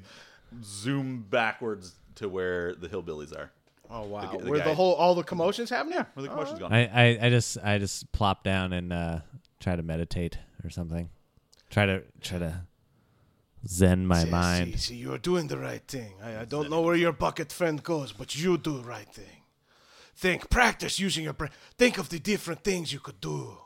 [SPEAKER 2] zoom backwards to where the hillbillies are.
[SPEAKER 3] Oh wow,
[SPEAKER 2] the
[SPEAKER 3] where the
[SPEAKER 2] guy-
[SPEAKER 3] whole all the commotion's happening? Yeah,
[SPEAKER 2] Where the commotion's gone.
[SPEAKER 1] I, I, I just I just plop down and uh, try to meditate or something. Try to try to zen my
[SPEAKER 3] See,
[SPEAKER 1] mind.
[SPEAKER 3] See, see, you're doing the right thing. I, I don't know where your bucket friend goes, but you do the right thing. Think, practice using your brain. Think of the different things you could do.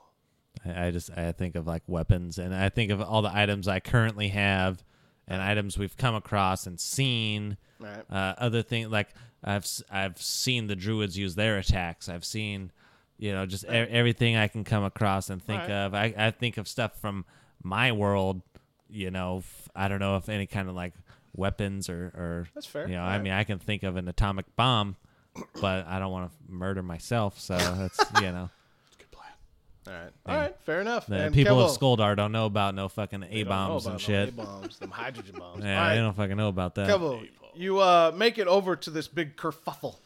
[SPEAKER 1] I, I just I think of like weapons and I think of all the items I currently have and items we've come across and seen.
[SPEAKER 3] Right.
[SPEAKER 1] Uh, other things like I've s- I've seen the druids use their attacks. I've seen you know just e- everything I can come across and think of. I, I think of stuff from my world. You know f- I don't know if any kind of like weapons or or
[SPEAKER 3] That's fair.
[SPEAKER 1] You know I
[SPEAKER 3] Alright.
[SPEAKER 1] mean I can think of an atomic bomb, but I don't want to murder myself. So that's you know.
[SPEAKER 3] All right, all right, fair enough.
[SPEAKER 1] The
[SPEAKER 3] And
[SPEAKER 1] people
[SPEAKER 3] Kevo,
[SPEAKER 1] of Skoldar don't know about no fucking A
[SPEAKER 3] you don't know
[SPEAKER 1] bombs and
[SPEAKER 3] about
[SPEAKER 1] shit.
[SPEAKER 3] Them bombs, them hydrogen bombs.
[SPEAKER 1] Yeah, they
[SPEAKER 3] all right,
[SPEAKER 1] don't fucking know about that.
[SPEAKER 3] Kevo, you uh, make it over to this big kerfuffle.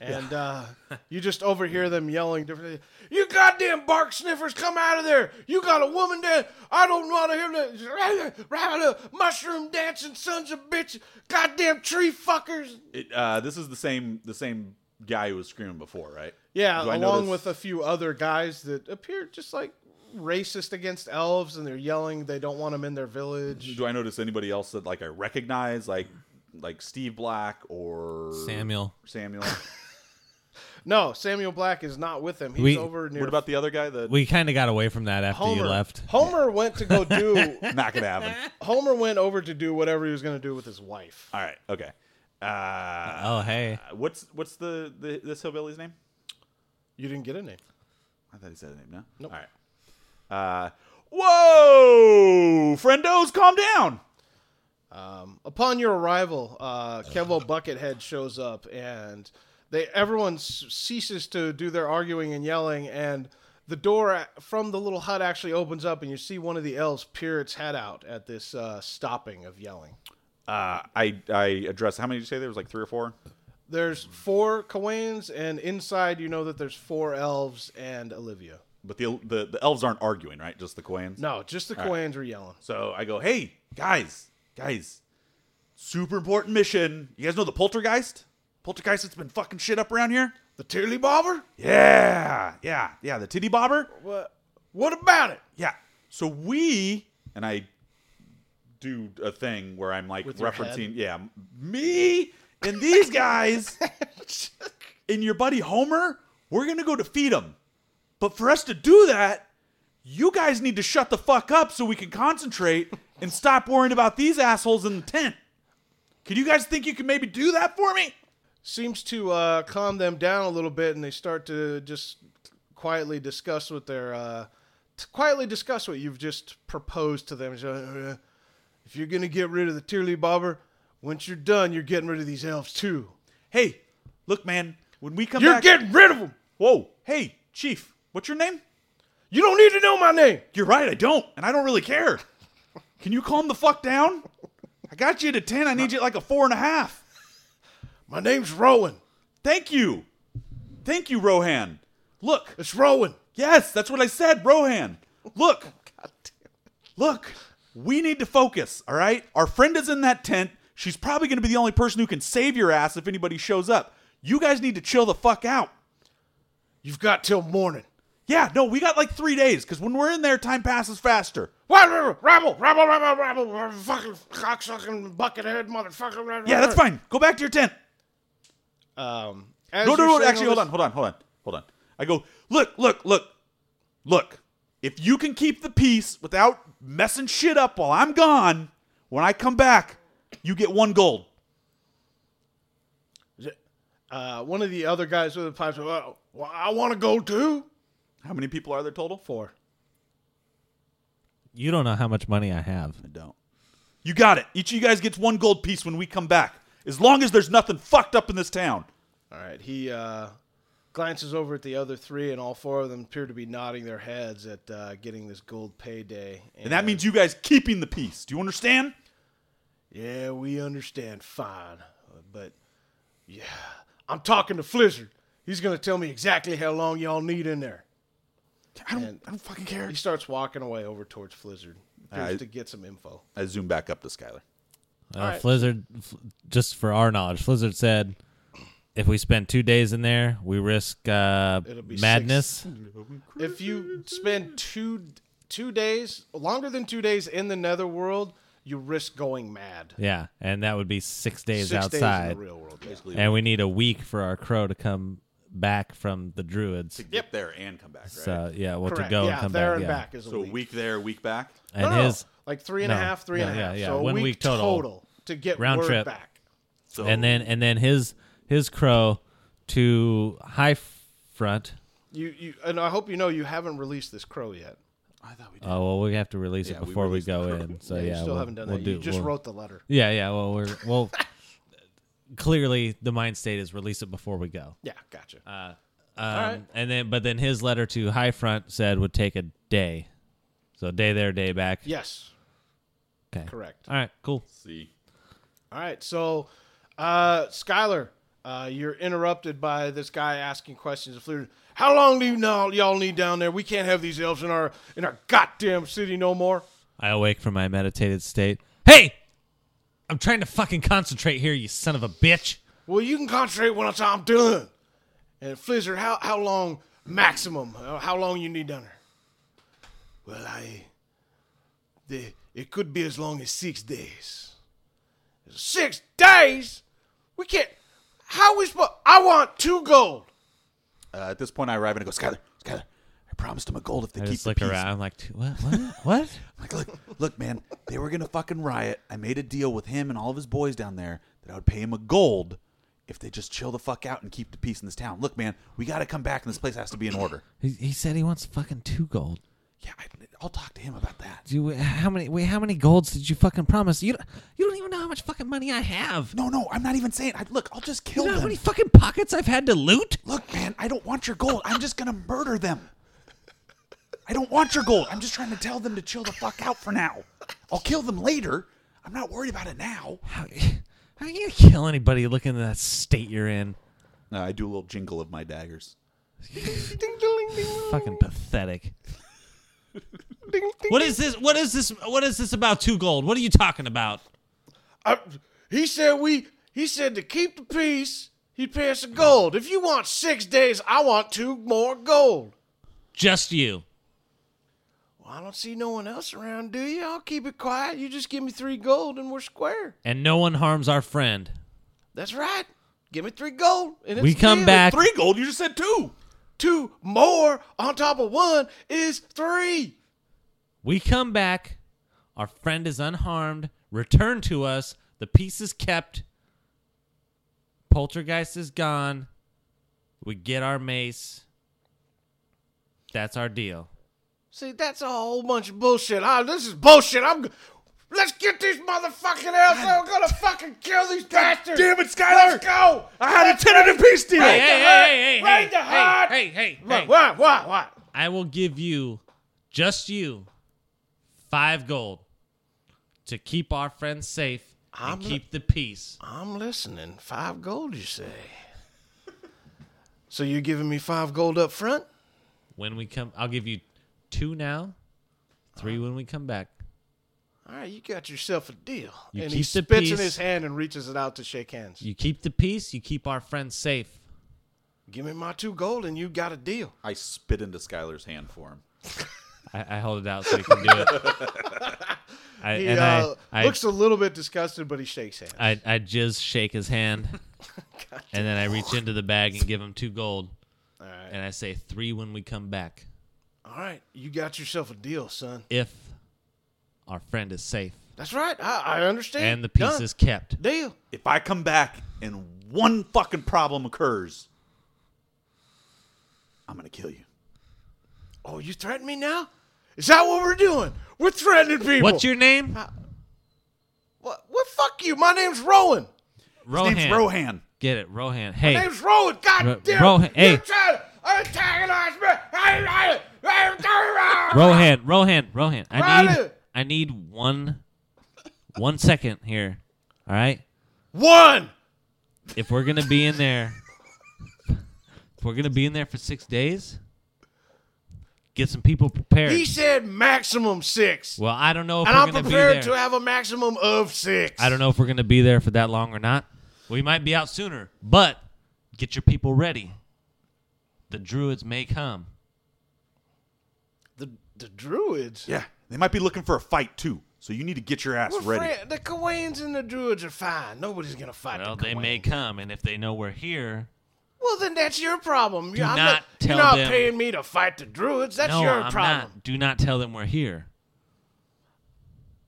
[SPEAKER 3] And uh, you just overhear them yelling different. You goddamn bark sniffers, come out of there! You got a woman there. I don't want to hear that. Mushroom dancing sons of bitches, goddamn tree fuckers.
[SPEAKER 2] It, uh, this is the same the same guy who was screaming before, right?
[SPEAKER 3] Yeah,
[SPEAKER 2] Do I
[SPEAKER 3] along
[SPEAKER 2] notice-
[SPEAKER 3] with a few other guys that appear just like racist against elves, and they're yelling they don't want them in their village.
[SPEAKER 2] Do I notice anybody else that like I recognize, like like Steve Black or
[SPEAKER 1] Samuel.
[SPEAKER 2] Samuel.
[SPEAKER 3] No, Samuel Black is not with them. He's
[SPEAKER 1] We-
[SPEAKER 3] over near.
[SPEAKER 2] what about the other guy? The
[SPEAKER 1] We kind of got away from that after
[SPEAKER 3] Homer?
[SPEAKER 1] you left.
[SPEAKER 3] Homer went to go do.
[SPEAKER 2] not gonna happen.
[SPEAKER 3] Homer went over to do whatever he was going to do with his wife.
[SPEAKER 2] All right, okay. Uh,
[SPEAKER 1] Oh hey,
[SPEAKER 2] what's what's the, the this hillbilly's name?
[SPEAKER 3] You didn't get a name.
[SPEAKER 2] I thought he said the name. No. All right. Uh, whoa, friendos, calm down.
[SPEAKER 3] Upon your arrival, uh, Kevo Buckethead shows up, and they everyone s- ceases to do their arguing and yelling, and the door a- from the little hut actually opens up, and you see one of the elves peer its head out at this uh, stopping of yelling.
[SPEAKER 2] Uh, I I address how many did you say there was like three or four?
[SPEAKER 3] There's four Kawains, and inside you know that there's four elves and Olivia.
[SPEAKER 2] But the the, the elves aren't arguing, right? Just the Koans.
[SPEAKER 3] No, just the Kawains are yelling.
[SPEAKER 2] So I go, hey guys, guys, super important mission. You guys know the poltergeist? Poltergeist that's been fucking shit up around here.
[SPEAKER 3] The Tilly Bobber?
[SPEAKER 2] Yeah, yeah, yeah. The titty bobber.
[SPEAKER 3] What? What about it?
[SPEAKER 2] Yeah. So we and I do a thing where I'm like
[SPEAKER 3] your
[SPEAKER 2] referencing, yeah, me and these guys and your buddy Homer, we're gonna go defeat them. But for us to do that, you guys need to shut the fuck up so we can concentrate and stop worrying about these assholes in the tent. Could you guys think you can maybe do that for me?
[SPEAKER 3] seems to uh, calm them down a little bit, and they start to just quietly discuss what they're uh, t- quietly discuss what you've just proposed to them. So, uh, if you're gonna get rid of the Tearly Bobber, once you're done, you're getting rid of these elves too.
[SPEAKER 2] Hey, look, man, when we come
[SPEAKER 3] You're
[SPEAKER 2] back,
[SPEAKER 3] getting rid of them.
[SPEAKER 2] whoa, hey, Chief, what's your name?
[SPEAKER 3] You don't need to know my name.
[SPEAKER 2] You're right, I don't, and I don't really care. Can you calm the fuck down? I got you at a 10, I need you at like a four and a half.
[SPEAKER 3] My name's Rowan.
[SPEAKER 2] Thank you. Thank you, Rohan. Look,
[SPEAKER 3] It's Rowan.
[SPEAKER 2] yes, that's what I said, Rohan. Look, look, we need to focus, all right? Our friend is in that tent. She's probably going to be the only person who can save your ass if anybody shows up. You guys need to chill the fuck out.
[SPEAKER 3] You've got till morning.
[SPEAKER 2] Yeah, no, we got like three days because when we're in there, time passes faster.
[SPEAKER 3] What? Rabble, rabble, rabble, rabble, rabble, fucking cocksucking buckethead motherfucker.
[SPEAKER 2] Yeah, that's fine. Go back to your tent.
[SPEAKER 3] Um,
[SPEAKER 2] No, no, no. Actually, hold on, hold on, hold on, hold on. I go, look, look, look, look. If you can keep the peace without messing shit up while I'm gone, when I come back, you get one gold.
[SPEAKER 3] Uh, one of the other guys with the pipes. Well, uh, I want to go too.
[SPEAKER 2] How many people are there total?
[SPEAKER 3] Four.
[SPEAKER 1] You don't know how much money I have.
[SPEAKER 4] I don't.
[SPEAKER 2] You got it. Each of you guys gets one gold piece when we come back. As long as there's nothing fucked up in this town.
[SPEAKER 3] All right. He uh, glances over at the other three, and all four of them appear to be nodding their heads at uh, getting this gold payday.
[SPEAKER 2] And that means you guys keeping the peace. Do you understand?
[SPEAKER 3] yeah, we understand fine, but yeah, I'm talking to Flizzard. He's gonna tell me exactly how long y'all need in there.
[SPEAKER 2] I don't,
[SPEAKER 3] And-
[SPEAKER 2] I don't fucking care.
[SPEAKER 3] He starts walking away over towards Flizzard, appears
[SPEAKER 2] Alright.
[SPEAKER 3] to get some info.
[SPEAKER 2] I zoom back up to Skylar.
[SPEAKER 1] Uh,
[SPEAKER 3] All right.
[SPEAKER 1] Flizzard, f- just for our knowledge, Flizzard said if we spend two days in there, we risk uh,
[SPEAKER 3] It'll be
[SPEAKER 1] madness.
[SPEAKER 3] if you spend two two days longer than two days in the netherworld you risk going mad
[SPEAKER 1] Yeah, and that would be six days
[SPEAKER 3] six days
[SPEAKER 1] outside.
[SPEAKER 3] in the real world yeah.
[SPEAKER 1] and we need a week for our crow to come back from the druids.
[SPEAKER 2] Yep. There and come back, right? So,
[SPEAKER 1] So yeah, well
[SPEAKER 3] correct
[SPEAKER 1] to go
[SPEAKER 3] yeah
[SPEAKER 1] and come
[SPEAKER 3] there
[SPEAKER 1] back.
[SPEAKER 3] and
[SPEAKER 1] yeah.
[SPEAKER 3] back is a
[SPEAKER 2] a
[SPEAKER 3] week,
[SPEAKER 2] week there, a week back.
[SPEAKER 1] And
[SPEAKER 3] No, no,
[SPEAKER 1] his
[SPEAKER 3] like three and a
[SPEAKER 1] no,
[SPEAKER 3] half, three and a
[SPEAKER 1] no, yeah,
[SPEAKER 3] half.
[SPEAKER 1] yeah,
[SPEAKER 3] so
[SPEAKER 1] one
[SPEAKER 3] a
[SPEAKER 1] week total.
[SPEAKER 3] to get
[SPEAKER 1] Round
[SPEAKER 3] word
[SPEAKER 1] trip.
[SPEAKER 3] back Oh.
[SPEAKER 2] So
[SPEAKER 1] and then and then his his crow to high front.
[SPEAKER 3] you you and i hope you know you haven't released this crow yet
[SPEAKER 4] I thought we did.
[SPEAKER 1] Oh well, we have to release it
[SPEAKER 2] we
[SPEAKER 1] before we,
[SPEAKER 2] released the
[SPEAKER 1] go
[SPEAKER 2] crow.
[SPEAKER 1] in. So
[SPEAKER 3] yeah,
[SPEAKER 1] yeah,
[SPEAKER 3] you still
[SPEAKER 1] we'll,
[SPEAKER 3] haven't done
[SPEAKER 1] we'll
[SPEAKER 3] that
[SPEAKER 1] Do,
[SPEAKER 3] you just
[SPEAKER 1] we'll-
[SPEAKER 3] wrote the letter
[SPEAKER 1] Yeah, yeah. Well, we're well. clearly, the mind state is release it before we go.
[SPEAKER 3] yeah gotcha
[SPEAKER 1] Um,
[SPEAKER 3] right.
[SPEAKER 1] And then, but then his letter to High Front said would take a day, so day there, day back.
[SPEAKER 3] yes
[SPEAKER 1] Okay.
[SPEAKER 3] correct
[SPEAKER 1] All right. Cool.
[SPEAKER 2] see.
[SPEAKER 3] All right, so uh, Skyler, uh, you're interrupted by this guy asking questions of Fleer. How long do you know y'all need down there? We can't have these elves in our in our goddamn city no more.
[SPEAKER 1] I awake from my meditated state. Hey, I'm trying to fucking concentrate here, you son of a bitch.
[SPEAKER 3] Well, you can concentrate once I'm done. And Flizzard, how how long maximum? How how long you need down there? Well, I, the, it could be as long as six days. Six days? We can't. How we supposed? I want two gold.
[SPEAKER 2] Uh, at this
[SPEAKER 4] Point I arrive and I go, Skyler, Skyler, I promised him a gold if they
[SPEAKER 1] I
[SPEAKER 4] keep
[SPEAKER 1] just
[SPEAKER 4] the
[SPEAKER 1] look
[SPEAKER 4] peace.
[SPEAKER 1] around. I'm like, "Dude, what? What? what?
[SPEAKER 4] I'm like, look, look, man, they were gonna fucking riot. I made a deal with him and all of his boys down there that I would pay him a gold if they just chill the fuck out and keep the peace in this town. Look, man, we gotta come back and this place has to be in order.
[SPEAKER 1] He, he said he wants fucking two gold.
[SPEAKER 4] Yeah, I, I'll talk to him about that.
[SPEAKER 1] Do you, how many? Wait, how many golds did you fucking promise? You don't, you don't even know how much fucking money I have.
[SPEAKER 4] No, no, I'm not even saying. I, look, I'll just kill
[SPEAKER 1] You know how
[SPEAKER 4] them.
[SPEAKER 1] many fucking pockets I've had to loot?
[SPEAKER 4] Look, man, I don't want your gold. I'm just gonna murder them. I don't want your gold. I'm just trying to tell them to chill the fuck out for now. I'll kill them later. I'm not worried about it now.
[SPEAKER 1] How, how are you gonna kill anybody looking at that state you're in?
[SPEAKER 2] Uh, I do a little jingle of my daggers.
[SPEAKER 1] Fucking pathetic. What is this? What is this? What is this about two gold? What are you talking about?
[SPEAKER 3] I, he said we. He said to keep the peace, he'd pay us a gold. If you want six days, I want two more gold.
[SPEAKER 1] Just you.
[SPEAKER 3] Well, I don't see no one else around, do you? I'll keep it quiet. You just give me three gold, and we're square.
[SPEAKER 1] And no one harms our friend.
[SPEAKER 3] That's right. Give me three gold, and it's
[SPEAKER 1] We come
[SPEAKER 3] deal.
[SPEAKER 1] back.
[SPEAKER 2] Three gold? You just said two.
[SPEAKER 3] Two more on top of one is three.
[SPEAKER 1] We come back. Our friend is unharmed. Return to us. The peace is kept. Poltergeist is gone. We get our mace. That's our deal.
[SPEAKER 3] See, that's a whole bunch of bullshit. I, this is bullshit. I'm. g- Let's get these motherfucking elves. I'm gonna fucking kill these bastards.
[SPEAKER 2] damn it, Skyler!
[SPEAKER 3] Let's go.
[SPEAKER 2] I had a tentative peace deal.
[SPEAKER 1] Hey, hey,
[SPEAKER 3] heart!
[SPEAKER 1] hey, hey,
[SPEAKER 3] Raid
[SPEAKER 1] hey,
[SPEAKER 3] the heart!
[SPEAKER 1] hey, hey, hey,
[SPEAKER 3] What?
[SPEAKER 1] hey.
[SPEAKER 3] What? What? What?
[SPEAKER 1] I will give you, just you, five gold to keep our friends safe and
[SPEAKER 3] I'm-
[SPEAKER 1] keep the peace.
[SPEAKER 3] I'm listening. Five gold, you say? so you're giving me five gold up front?
[SPEAKER 1] When we come, I'll give you two now, three when we come back.
[SPEAKER 3] All right, you got yourself a deal.
[SPEAKER 1] You
[SPEAKER 3] and he
[SPEAKER 1] keep the
[SPEAKER 3] spits in
[SPEAKER 1] peace.
[SPEAKER 3] his hand and reaches it out to shake hands.
[SPEAKER 1] You keep the peace, you keep our friends safe.
[SPEAKER 3] Give me my two gold, and you got a deal.
[SPEAKER 2] I spit into Skylar's hand for him.
[SPEAKER 1] I, I hold it out so you can do it. I,
[SPEAKER 3] He
[SPEAKER 1] and
[SPEAKER 3] uh,
[SPEAKER 1] I, I,
[SPEAKER 3] looks a little bit disgusted, but he shakes hands.
[SPEAKER 1] I, I jizz shake his hand, and then I reach into the bag and give him two gold,
[SPEAKER 3] All right.
[SPEAKER 1] and I say three when we come back.
[SPEAKER 3] All right, you got yourself a deal, son.
[SPEAKER 1] If our friend is safe
[SPEAKER 3] That's right. I, I understand.
[SPEAKER 1] and the peace
[SPEAKER 3] pieces
[SPEAKER 1] is kept.
[SPEAKER 3] deal.
[SPEAKER 2] If I come back and one fucking problem occurs, I'm gonna kill you.
[SPEAKER 3] Oh, you threaten me now? Is that what we're doing? We're threatening people.
[SPEAKER 1] What's your name?
[SPEAKER 3] What, what? Fuck you. My name's Rowan.
[SPEAKER 1] Rohan.
[SPEAKER 4] Name's Rohan.
[SPEAKER 1] Get it, Rohan. Hey,
[SPEAKER 3] My name's Rowan. God
[SPEAKER 1] Ro-
[SPEAKER 3] damn.
[SPEAKER 1] Rowan,
[SPEAKER 3] You're
[SPEAKER 1] hey.
[SPEAKER 3] trying to antagonize me. I- I- I'm sorry.
[SPEAKER 1] Rohan, Rohan, Rohan. I
[SPEAKER 3] Riley!
[SPEAKER 1] need, I need one, one second here. All right.
[SPEAKER 3] One.
[SPEAKER 1] If we're gonna be in there, if we're gonna be in there for six days, get some people prepared.
[SPEAKER 3] He said maximum six.
[SPEAKER 1] well, I don't know if
[SPEAKER 3] and
[SPEAKER 1] we're
[SPEAKER 3] I'm
[SPEAKER 1] gonna
[SPEAKER 3] prepared
[SPEAKER 1] be there.
[SPEAKER 3] to have a maximum of six.
[SPEAKER 1] I don't know if we're gonna be there for that long or not. We might be out sooner, but get your people ready. The druids may come.
[SPEAKER 3] The, the druids.
[SPEAKER 4] Yeah, they might be looking for a fight too, so you need to get your ass
[SPEAKER 3] We're
[SPEAKER 4] ready.
[SPEAKER 3] friend- the Kawains and the druids are fine. Nobody's gonna fight.
[SPEAKER 1] Well,
[SPEAKER 3] the
[SPEAKER 1] they may
[SPEAKER 3] Kawains.
[SPEAKER 1] come, and if they know we're here,
[SPEAKER 3] Well, then that's your problem. Do I'm
[SPEAKER 1] not tell
[SPEAKER 3] You're not
[SPEAKER 1] them-
[SPEAKER 3] paying me to fight the druids. That's
[SPEAKER 1] no,
[SPEAKER 3] your
[SPEAKER 1] I'm
[SPEAKER 3] problem.
[SPEAKER 1] Not, do not tell them we're here.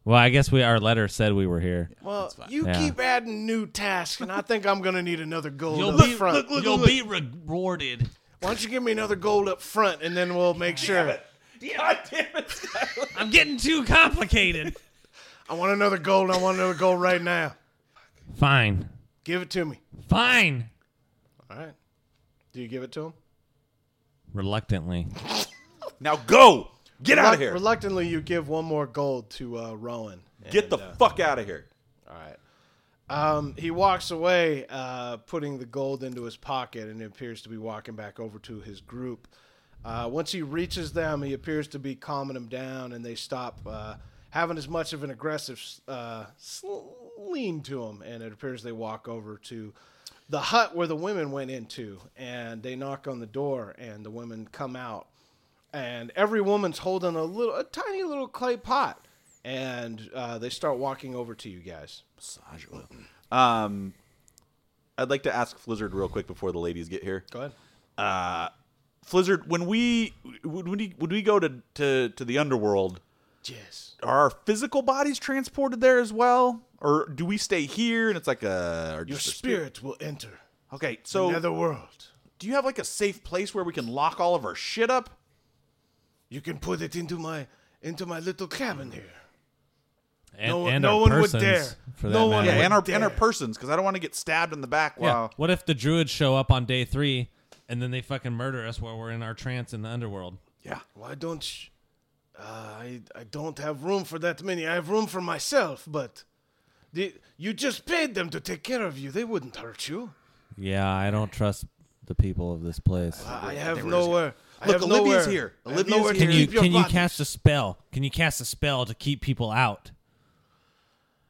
[SPEAKER 1] Well, I guess we our letter said we were here.
[SPEAKER 3] Well, you
[SPEAKER 1] Yeah.
[SPEAKER 3] keep adding new tasks, and I think I'm gonna need another gold
[SPEAKER 1] You'll
[SPEAKER 3] up
[SPEAKER 1] be
[SPEAKER 3] front.
[SPEAKER 1] you'll be rewarded.
[SPEAKER 3] Why don't you give me another gold up front, and then we'll make sure.
[SPEAKER 4] God damn it!
[SPEAKER 1] I'm getting too complicated.
[SPEAKER 3] I want another gold. I want another gold right now.
[SPEAKER 1] Fine,
[SPEAKER 3] Give it to me.
[SPEAKER 1] fine.
[SPEAKER 3] All right. Do you give it to him?
[SPEAKER 1] Reluctantly,
[SPEAKER 4] Now go! Get out of
[SPEAKER 3] Reluct-
[SPEAKER 4] here!
[SPEAKER 3] Reluctantly, you give one more gold to uh, Rowan.
[SPEAKER 4] Get the fuck out of here!
[SPEAKER 3] All right. Um, he walks away, uh, putting the gold into his pocket, and appears to be walking back over to his group. Uh, once he reaches them, he appears to be calming them down, and they stop uh, having as much of an aggressive uh, sl- lean to him. And it appears they walk over to the hut where the women went into, and they knock on the door, and the women come out and every woman's holding a little, a tiny little clay pot, and uh, they start walking over to you guys.
[SPEAKER 4] Um, I'd like to ask Flizzard real quick before the ladies get here.
[SPEAKER 3] Go ahead.
[SPEAKER 4] Flizzard, when we when we when we go to to to the underworld,
[SPEAKER 3] Yes.
[SPEAKER 4] are our physical bodies transported there as well, or do we stay here and it's like a or
[SPEAKER 3] Your
[SPEAKER 4] just a-
[SPEAKER 3] spirit will enter
[SPEAKER 4] Okay,
[SPEAKER 1] Oh.
[SPEAKER 4] so
[SPEAKER 3] another world.
[SPEAKER 4] do you have like a safe place where we can lock all of our shit up?
[SPEAKER 3] You can put it into my into my little cabin
[SPEAKER 1] Hmm.
[SPEAKER 3] here.
[SPEAKER 1] and,
[SPEAKER 3] No-
[SPEAKER 1] and
[SPEAKER 3] no
[SPEAKER 1] our
[SPEAKER 3] one would
[SPEAKER 1] persons,
[SPEAKER 3] dare.
[SPEAKER 1] For
[SPEAKER 3] No
[SPEAKER 1] that
[SPEAKER 3] one
[SPEAKER 1] matter.
[SPEAKER 4] Yeah, and our
[SPEAKER 3] Damn.
[SPEAKER 4] and our persons, because I don't want to get stabbed in the back
[SPEAKER 1] Yeah.
[SPEAKER 4] while
[SPEAKER 1] What if the druids show up on day three and then they fucking murder us while we're in our trance in the underworld?
[SPEAKER 4] yeah.
[SPEAKER 3] Why don't sh- uh, I? I don't have room for that many. I have room for myself, but the, you just paid them to take care of you. They wouldn't hurt you.
[SPEAKER 1] Yeah, I don't trust the people of this place.
[SPEAKER 3] I have nowhere. I
[SPEAKER 4] Look,
[SPEAKER 3] have
[SPEAKER 4] Olivia's
[SPEAKER 3] nowhere-
[SPEAKER 4] here.
[SPEAKER 3] I have
[SPEAKER 4] Olivia's
[SPEAKER 3] nowhere to
[SPEAKER 4] here.
[SPEAKER 1] Can you
[SPEAKER 3] keep your
[SPEAKER 1] can you
[SPEAKER 3] body.
[SPEAKER 1] cast a spell? Can you cast a spell to keep people out?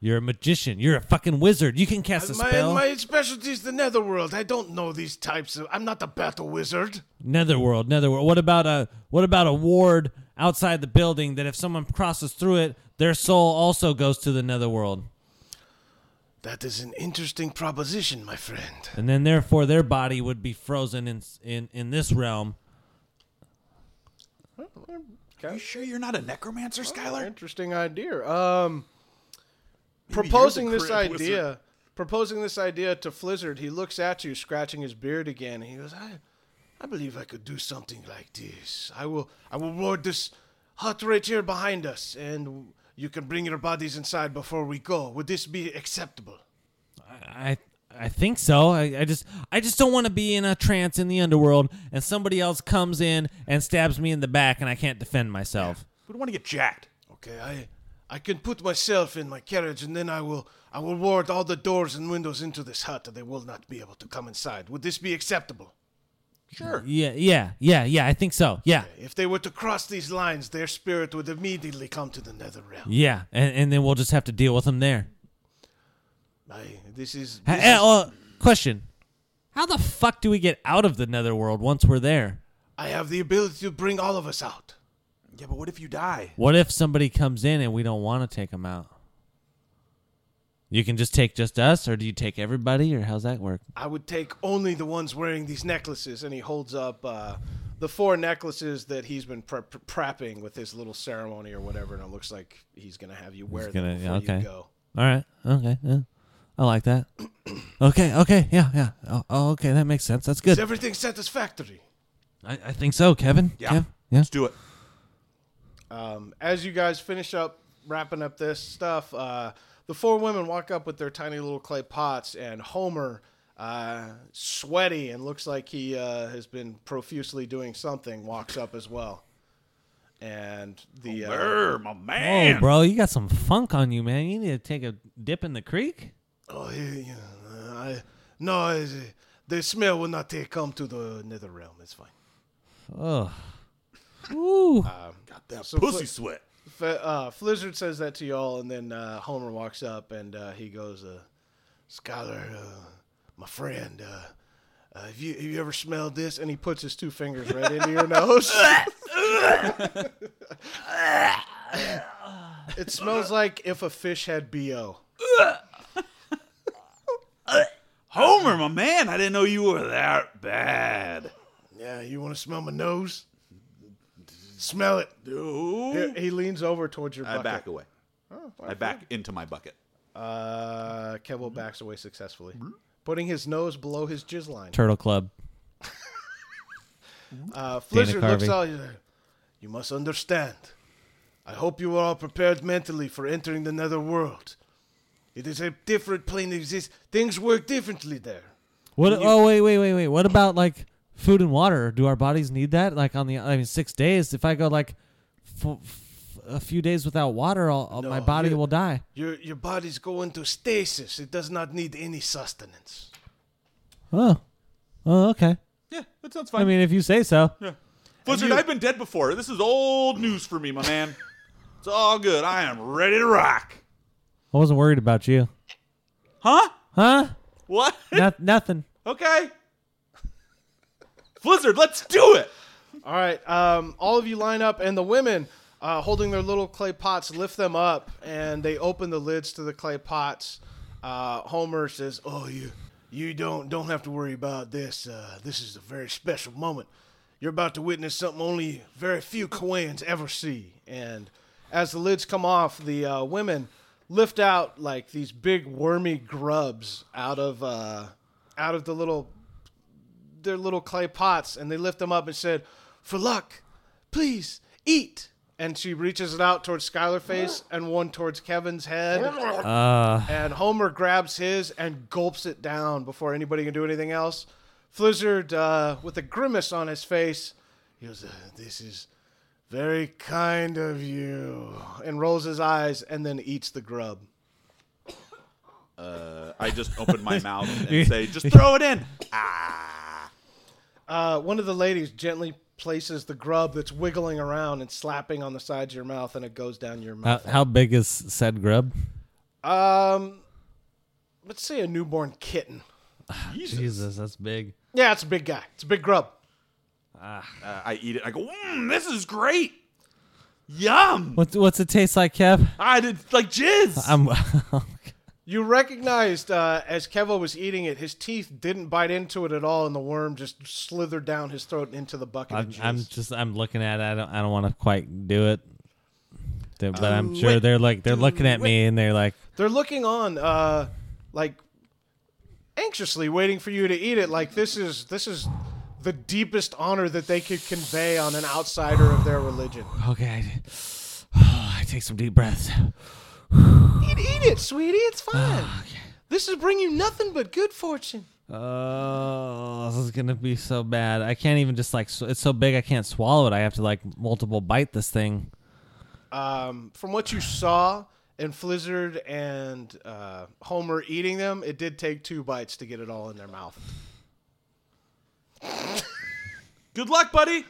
[SPEAKER 1] You're a magician. You're a fucking wizard. You can cast a
[SPEAKER 3] my,
[SPEAKER 1] spell.
[SPEAKER 3] my specialty is the netherworld. I don't know these types of. I'm not a battle wizard.
[SPEAKER 1] Netherworld, Netherworld. What about a what about a ward outside the building that if someone crosses through it, their soul also goes to the Netherworld,
[SPEAKER 3] That is an interesting proposition, my friend.
[SPEAKER 1] and then therefore their body would be frozen in in in this realm.
[SPEAKER 4] Are you sure you're not a necromancer, Skylar?
[SPEAKER 3] Interesting idea. Um,
[SPEAKER 4] you're the
[SPEAKER 3] proposing this
[SPEAKER 4] crib wizard.
[SPEAKER 3] idea, proposing this idea to Flizzard, he looks at you, scratching his beard again, and he goes, "I, I believe I could do something like this. I will, I will ward this hut right here behind us, and you can bring your bodies inside before we go. Would this be acceptable?"
[SPEAKER 1] I I think so. I, I just I just don't want to be in a trance in the underworld and somebody else comes in and stabs me in the back and I can't defend myself.
[SPEAKER 4] We don't want to get jacked.
[SPEAKER 3] Okay, I I can put myself in my carriage and then I will I will ward all the doors and windows into this hut and they will not be able to come inside. Would this be acceptable?
[SPEAKER 4] Sure.
[SPEAKER 1] Yeah, yeah, yeah, yeah. I think so. Yeah,
[SPEAKER 3] If they were to cross these lines, their spirit would immediately come to the nether realm.
[SPEAKER 1] yeah. And, and then we'll just have to deal with them there.
[SPEAKER 3] I, this is,
[SPEAKER 1] Ha-
[SPEAKER 3] this
[SPEAKER 1] eh,
[SPEAKER 3] is-
[SPEAKER 1] uh, question: How the fuck do we get out of the netherworld once we're there?
[SPEAKER 3] I have the ability to bring all of us out.
[SPEAKER 4] Yeah, but what if you die?
[SPEAKER 1] What if somebody comes in and we don't want to take them out? You can just take just us, or do you take everybody, or how's that work?
[SPEAKER 3] I would take only the ones wearing these necklaces. And he holds up uh, the four necklaces that he's been pre- pre- prepping with his little ceremony or whatever. And it looks like he's going to have you wear them
[SPEAKER 1] gonna-
[SPEAKER 3] before
[SPEAKER 1] okay.
[SPEAKER 3] you go.
[SPEAKER 1] All right, okay, yeah. I like that. Okay, okay, yeah, yeah. Oh, oh, okay, that makes sense. That's
[SPEAKER 3] Is
[SPEAKER 1] good.
[SPEAKER 3] everything satisfactory?
[SPEAKER 1] I, I think so, Kevin.
[SPEAKER 4] Yeah.
[SPEAKER 1] Kev? yeah.
[SPEAKER 4] Let's do it.
[SPEAKER 3] Um, as you guys finish up wrapping up this stuff, uh, the four women walk up with their tiny little clay pots, and Homer, uh, sweaty and looks like he uh, has been profusely doing something, walks up as well. And the uh,
[SPEAKER 2] Brr, my
[SPEAKER 1] Oh,
[SPEAKER 2] man.
[SPEAKER 1] bro, you got some funk on you, man. You need to take a dip in the creek.
[SPEAKER 8] Oh, he- yeah, uh, I, no, it's, uh, the smell will not take come to the nether realm. It's fine.
[SPEAKER 1] Ugh. Ooh.
[SPEAKER 3] so Fli-
[SPEAKER 2] Pussy sweat.
[SPEAKER 3] F- uh, Flizzard says that to y'all, and then uh, Homer walks up and uh, he goes, uh,
[SPEAKER 8] Scholar, uh, my friend, uh, uh, have you have you ever smelled this?
[SPEAKER 3] and he puts his two fingers right into your nose. it smells like if a fish had bo.
[SPEAKER 2] Homer, my man. I didn't know you were that bad.
[SPEAKER 8] Yeah, you want to smell my nose? Smell it.
[SPEAKER 3] He, he leans over towards your
[SPEAKER 2] I
[SPEAKER 3] bucket.
[SPEAKER 2] back away. Oh, I back into my bucket.
[SPEAKER 3] Uh, Kevo backs away successfully,
[SPEAKER 8] Mm-hmm.
[SPEAKER 3] putting his nose below his jizz line.
[SPEAKER 1] Turtle Club.
[SPEAKER 3] Uh,
[SPEAKER 1] Dana
[SPEAKER 3] Flizzard looks
[SPEAKER 1] Carvey.
[SPEAKER 3] out. he's like,
[SPEAKER 8] You must understand. I hope you are all prepared mentally for entering the nether world. It is a different plane of exist. Things work differently there.
[SPEAKER 1] What? oh, wait, wait, wait, wait. What about like food and water? Do our bodies need that? Like on the, I mean, six days. If I go like f- f- a few days without water, I'll, I'll- my
[SPEAKER 8] No,
[SPEAKER 1] body
[SPEAKER 8] you-
[SPEAKER 1] will die.
[SPEAKER 8] Your your bodies go into stasis. It does not need any sustenance.
[SPEAKER 1] Oh. Oh, okay.
[SPEAKER 2] Yeah, that sounds
[SPEAKER 1] I
[SPEAKER 2] fine.
[SPEAKER 1] mean, if you say so.
[SPEAKER 2] Blizzard, I've been dead before. This is old news for me, my man. it's all good. I am ready to rock.
[SPEAKER 1] I wasn't worried about you.
[SPEAKER 2] Huh?
[SPEAKER 1] Huh?
[SPEAKER 2] What?
[SPEAKER 1] Noth- nothing.
[SPEAKER 2] okay. Blizzard, let's do it.
[SPEAKER 3] All right, um, all of you line up, and the women uh, holding their little clay pots lift them up, and they open the lids to the clay pots. Uh, Homer says, "Oh,
[SPEAKER 8] Oh, you you don't don't have to worry about this. Uh, this is a very special moment. You're about to witness something only very few Kauaians ever see.
[SPEAKER 3] and as the lids come off, the uh, women lift out like these big wormy grubs out of uh, out of the little their little clay pots, and they lift them up and said, "For luck, please eat." And she reaches it out towards Skylar face and one towards Kevin's head. and Homer grabs his and gulps it down before anybody can do anything else. Flizzard, uh, with a grimace on his face,
[SPEAKER 8] He goes, uh, this is very kind of you.
[SPEAKER 3] and rolls his eyes and then eats the grub.
[SPEAKER 2] I just open my mouth and say, just throw it in.
[SPEAKER 3] Uh, one of the ladies gently places the grub that's wiggling around and slapping on the sides of your mouth, and it goes down your
[SPEAKER 1] How,
[SPEAKER 3] mouth.
[SPEAKER 1] Uh, how big is said grub?
[SPEAKER 3] Um, let's say a newborn kitten.
[SPEAKER 1] Jesus, that's big.
[SPEAKER 3] Yeah, it's a big guy. It's a big grub.
[SPEAKER 2] Uh, I eat it. I go, mmm, this is great. Yum.
[SPEAKER 1] What's what's it taste like, Kev?
[SPEAKER 2] I did like jizz.
[SPEAKER 1] I'm.
[SPEAKER 3] You recognized uh, as Kevo was eating it, his teeth didn't bite into it at all, and the worm just slithered down his throat and into the bucket.
[SPEAKER 1] I'm,
[SPEAKER 3] of
[SPEAKER 1] I'm
[SPEAKER 3] juice.
[SPEAKER 1] just I'm looking at it. I don't I don't want to quite do it. Th- But I'm sure they're like they're looking at me and they're like,
[SPEAKER 3] They're looking on, uh, like anxiously waiting for you to eat it. Like this is this is the deepest honor that they could convey on an outsider of their religion.
[SPEAKER 1] okay, I, I take some deep breaths.
[SPEAKER 3] Eat, eat it, sweetie. It's fine. This is bring you nothing but good fortune.
[SPEAKER 1] Oh, this is gonna be so bad. I can't even just like sw- it's so big I can't swallow it. I have to like multiple bite this thing.
[SPEAKER 3] Um, from what you saw in Flizzard and uh, Homer eating them, it did take two bites to get it all in their mouth.
[SPEAKER 2] Good luck, buddy.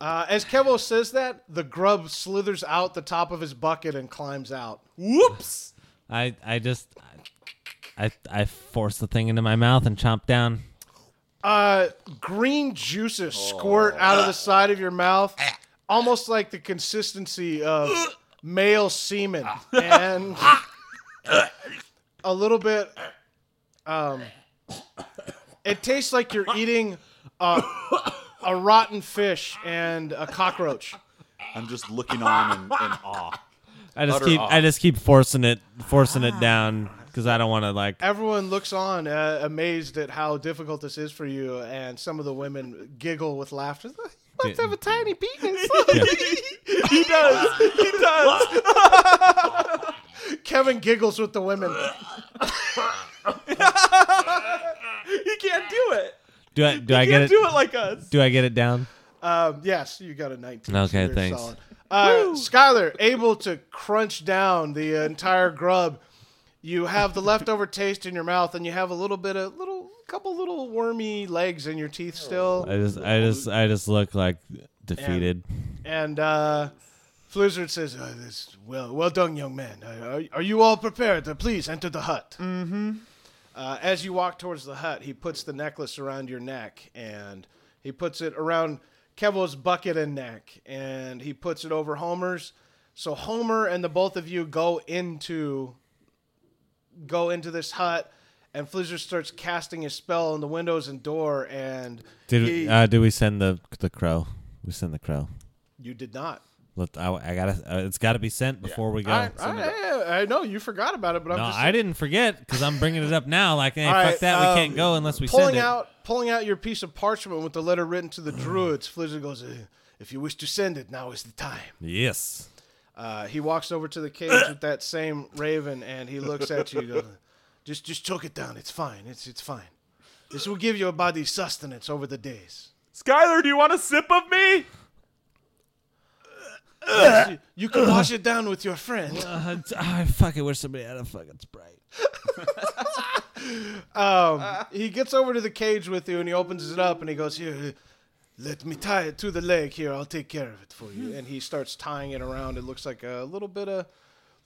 [SPEAKER 3] Uh, as Kevo says that, the grub slithers out the top of his bucket and climbs out.
[SPEAKER 2] Whoops.
[SPEAKER 1] I I just I I force the thing into my mouth and chomp down.
[SPEAKER 3] uh, green juices squirt out of the side of your mouth, almost like the consistency of male semen, and a little bit. Um, it tastes like you're eating a, a rotten fish and a cockroach.
[SPEAKER 2] I'm just looking on in, in awe.
[SPEAKER 1] I just
[SPEAKER 2] Utter
[SPEAKER 1] keep
[SPEAKER 2] awe.
[SPEAKER 1] I just keep forcing it forcing it down because I don't want to like
[SPEAKER 3] Everyone looks on, uh, amazed at how difficult this is for you, and some of the women giggle with laughter.
[SPEAKER 1] must have a
[SPEAKER 3] tiny penis.
[SPEAKER 2] he does. He does.
[SPEAKER 3] Kevin giggles with the women.
[SPEAKER 2] he can't do it.
[SPEAKER 1] Do I do I
[SPEAKER 2] He
[SPEAKER 1] get
[SPEAKER 2] can't
[SPEAKER 1] it?
[SPEAKER 2] do it like us.
[SPEAKER 1] Do I get it down?
[SPEAKER 3] Um, yes, you got a 19. so
[SPEAKER 1] Okay,
[SPEAKER 3] you're
[SPEAKER 1] thanks.
[SPEAKER 3] solid. Uh, Skylar, able to crunch down the entire grub, you have the leftover taste in your mouth, and you have a little bit of little, couple little wormy legs in your teeth still.
[SPEAKER 1] I just I just I just look like defeated.
[SPEAKER 3] And uh, Flizzard says, uh, this, "Well, well done, young man. Uh, are, are you all prepared? Uh, please enter the hut." Mm-hmm. Uh, as you walk towards the hut, he puts the necklace around your neck, and he puts it around Kevo's bucket and neck, and he puts it over Homer's. So Homer and the both of you go into go into this hut, and Flizzard starts casting his spell on the windows and door, and
[SPEAKER 1] Did
[SPEAKER 3] he-
[SPEAKER 1] we, uh, did we send the the crow? We send the crow.
[SPEAKER 3] you did not.
[SPEAKER 1] Let I, I gotta. Uh, it's got to be sent before we go.
[SPEAKER 3] I, I, I know you forgot about it, but I'm
[SPEAKER 1] no,
[SPEAKER 3] just
[SPEAKER 1] I didn't forget because I'm bringing it up now. Like, hey,
[SPEAKER 3] All
[SPEAKER 1] fuck
[SPEAKER 3] right,
[SPEAKER 1] that.
[SPEAKER 3] um,
[SPEAKER 1] we can't go unless we send
[SPEAKER 3] pulling
[SPEAKER 1] it.
[SPEAKER 3] out pulling out your piece of parchment with the letter written to the druids. Flizzard goes, "Eh, "If you wish to send it, now is the time."
[SPEAKER 1] yes.
[SPEAKER 3] Uh, he walks over to the cage with that same raven, and he looks at you. he Goes, just just choke it down. It's fine. It's it's fine. This will give your body sustenance over the days.
[SPEAKER 2] Skylar, do you want a sip of me?
[SPEAKER 3] You, you can wash it down with your friend.
[SPEAKER 1] Uh, t- I fucking wish somebody had a fucking sprite.
[SPEAKER 3] He gets over to the cage with you, and he opens it up, and he goes, "Here, let me tie it to the leg. Here, I'll take care of it for you." And he starts tying it around. It looks like a little bit of,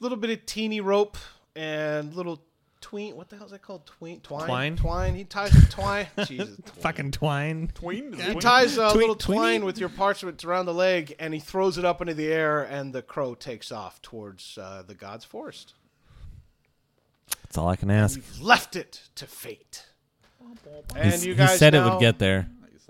[SPEAKER 3] little bit of teeny rope and little tween. What the hell is that called? Tween, twine,
[SPEAKER 1] Twine?
[SPEAKER 3] twine. He ties a twine. Jesus,
[SPEAKER 1] Fucking twine.
[SPEAKER 2] Tween. Is
[SPEAKER 3] he
[SPEAKER 2] tween?
[SPEAKER 3] ties a
[SPEAKER 1] Tween-
[SPEAKER 3] little
[SPEAKER 1] tweeny?
[SPEAKER 3] twine with your parchment around the leg, and he throws it up into the air, and the crow takes off towards uh, the god's forest.
[SPEAKER 1] That's all I can ask.
[SPEAKER 3] You've left it to fate. And
[SPEAKER 1] He's-
[SPEAKER 3] you
[SPEAKER 1] he
[SPEAKER 3] guys
[SPEAKER 1] said it
[SPEAKER 3] now-
[SPEAKER 1] would get there.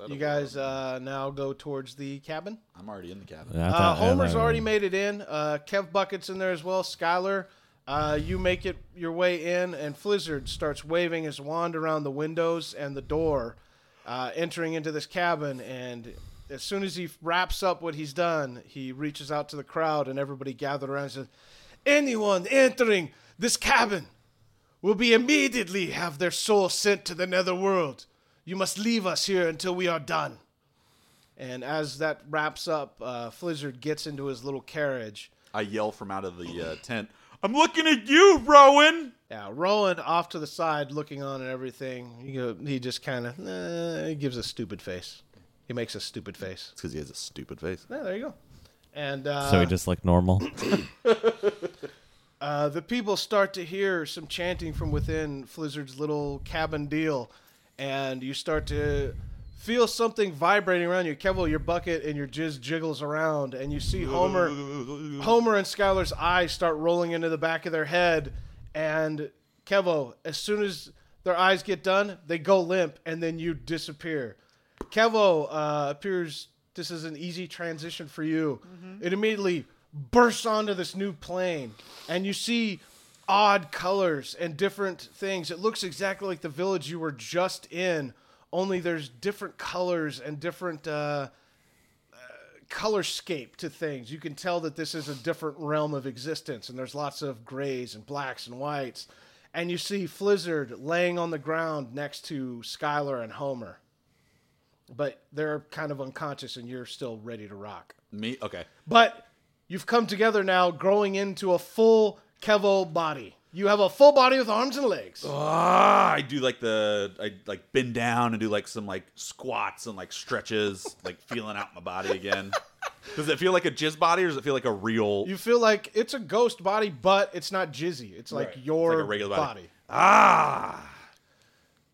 [SPEAKER 3] You guys uh, now go towards the cabin.
[SPEAKER 4] I'm already in the cabin.
[SPEAKER 1] I
[SPEAKER 3] Uh,
[SPEAKER 1] thought- I
[SPEAKER 3] Homer's
[SPEAKER 1] thought-
[SPEAKER 3] already made it in. Uh, Kev Bucket's in there as well. Skylar, uh, you make it your way in, and Flizzard starts waving his wand around the windows and the door, uh, entering into this cabin. And as soon as he wraps up what he's done, he reaches out to the crowd, and everybody gathered around and says, "Anyone entering this cabin will be immediately have their soul sent to the netherworld. You must leave us here until we are done." And as that wraps up, uh, Flizzard gets into his little carriage.
[SPEAKER 2] I yell from out of the uh, tent. I'm looking at you, Rowan.
[SPEAKER 3] Yeah, Roland off to the side, looking on at everything. He, go, he just kind of he gives a stupid face. He makes a stupid face.
[SPEAKER 4] It's because he has a stupid face.
[SPEAKER 3] Yeah, there you go. And uh,
[SPEAKER 1] So he just looked normal.
[SPEAKER 3] Uh, the people start to hear some chanting from within Flizzard's little cabin deal, and you start to feel something vibrating around you. Kevil, your bucket and your jizz jiggles around, and you see Homer, Homer and Skylar's eyes start rolling into the back of their head. And Kevo, as soon as their eyes get done, they go limp, and then you disappear. Kevo uh, appears. This is an easy transition for you. It immediately bursts onto this new plane, and you see odd colors and different things. It looks exactly like the village you were just in, only there's different colors and different uh, uh, color scape to things. You can tell that this is a different realm of existence, and there's lots of grays and blacks and whites. And you see Flizzard laying on the ground next to Skylar and Homer but they're kind of unconscious and you're still ready to rock.
[SPEAKER 2] Me? Okay.
[SPEAKER 3] But you've come together now, growing into a full Kevo body. You have a full body with arms and legs.
[SPEAKER 2] Ah, I do like the I like bend down and do like some like squats and like stretches, like feeling out my body again. Does it feel like a jizz body or does it feel like a real?
[SPEAKER 3] You feel like it's a ghost body, but it's not jizzy. It's like
[SPEAKER 2] Right. It's
[SPEAKER 3] your
[SPEAKER 2] like a regular body.
[SPEAKER 3] body.
[SPEAKER 2] ah,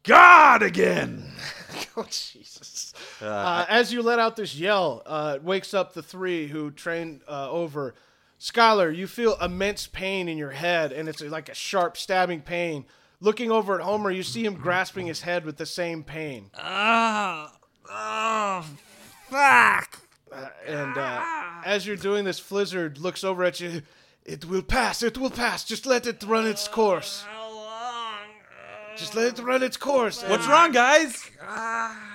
[SPEAKER 2] God again.
[SPEAKER 3] oh Jesus! Uh, as you let out this yell, uh, it wakes up the three who trained uh, over. Skylar, you feel immense pain in your head, and it's like a sharp stabbing pain. Looking over at Homer, you see him grasping his head with the same pain. Ah, oh, fuck! and uh, as you're doing this, Flizzard looks over at you. It will pass. It will pass. Just let it run its course. Just let it run its course.
[SPEAKER 2] What's wrong, guys?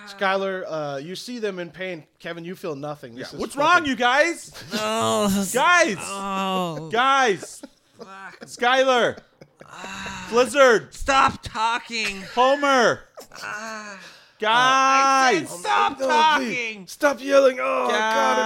[SPEAKER 3] Skylar, uh, you see them in pain. Kevin, you feel nothing. This is
[SPEAKER 2] What's
[SPEAKER 3] fucking-
[SPEAKER 2] wrong, you guys? Guys! Guys! Skylar! Blizzard!
[SPEAKER 9] Stop talking.
[SPEAKER 2] Homer!
[SPEAKER 9] Ah. Oh,
[SPEAKER 2] Guys!
[SPEAKER 9] Stop
[SPEAKER 3] No,
[SPEAKER 9] talking.
[SPEAKER 3] please, Stop yelling. Oh, God, it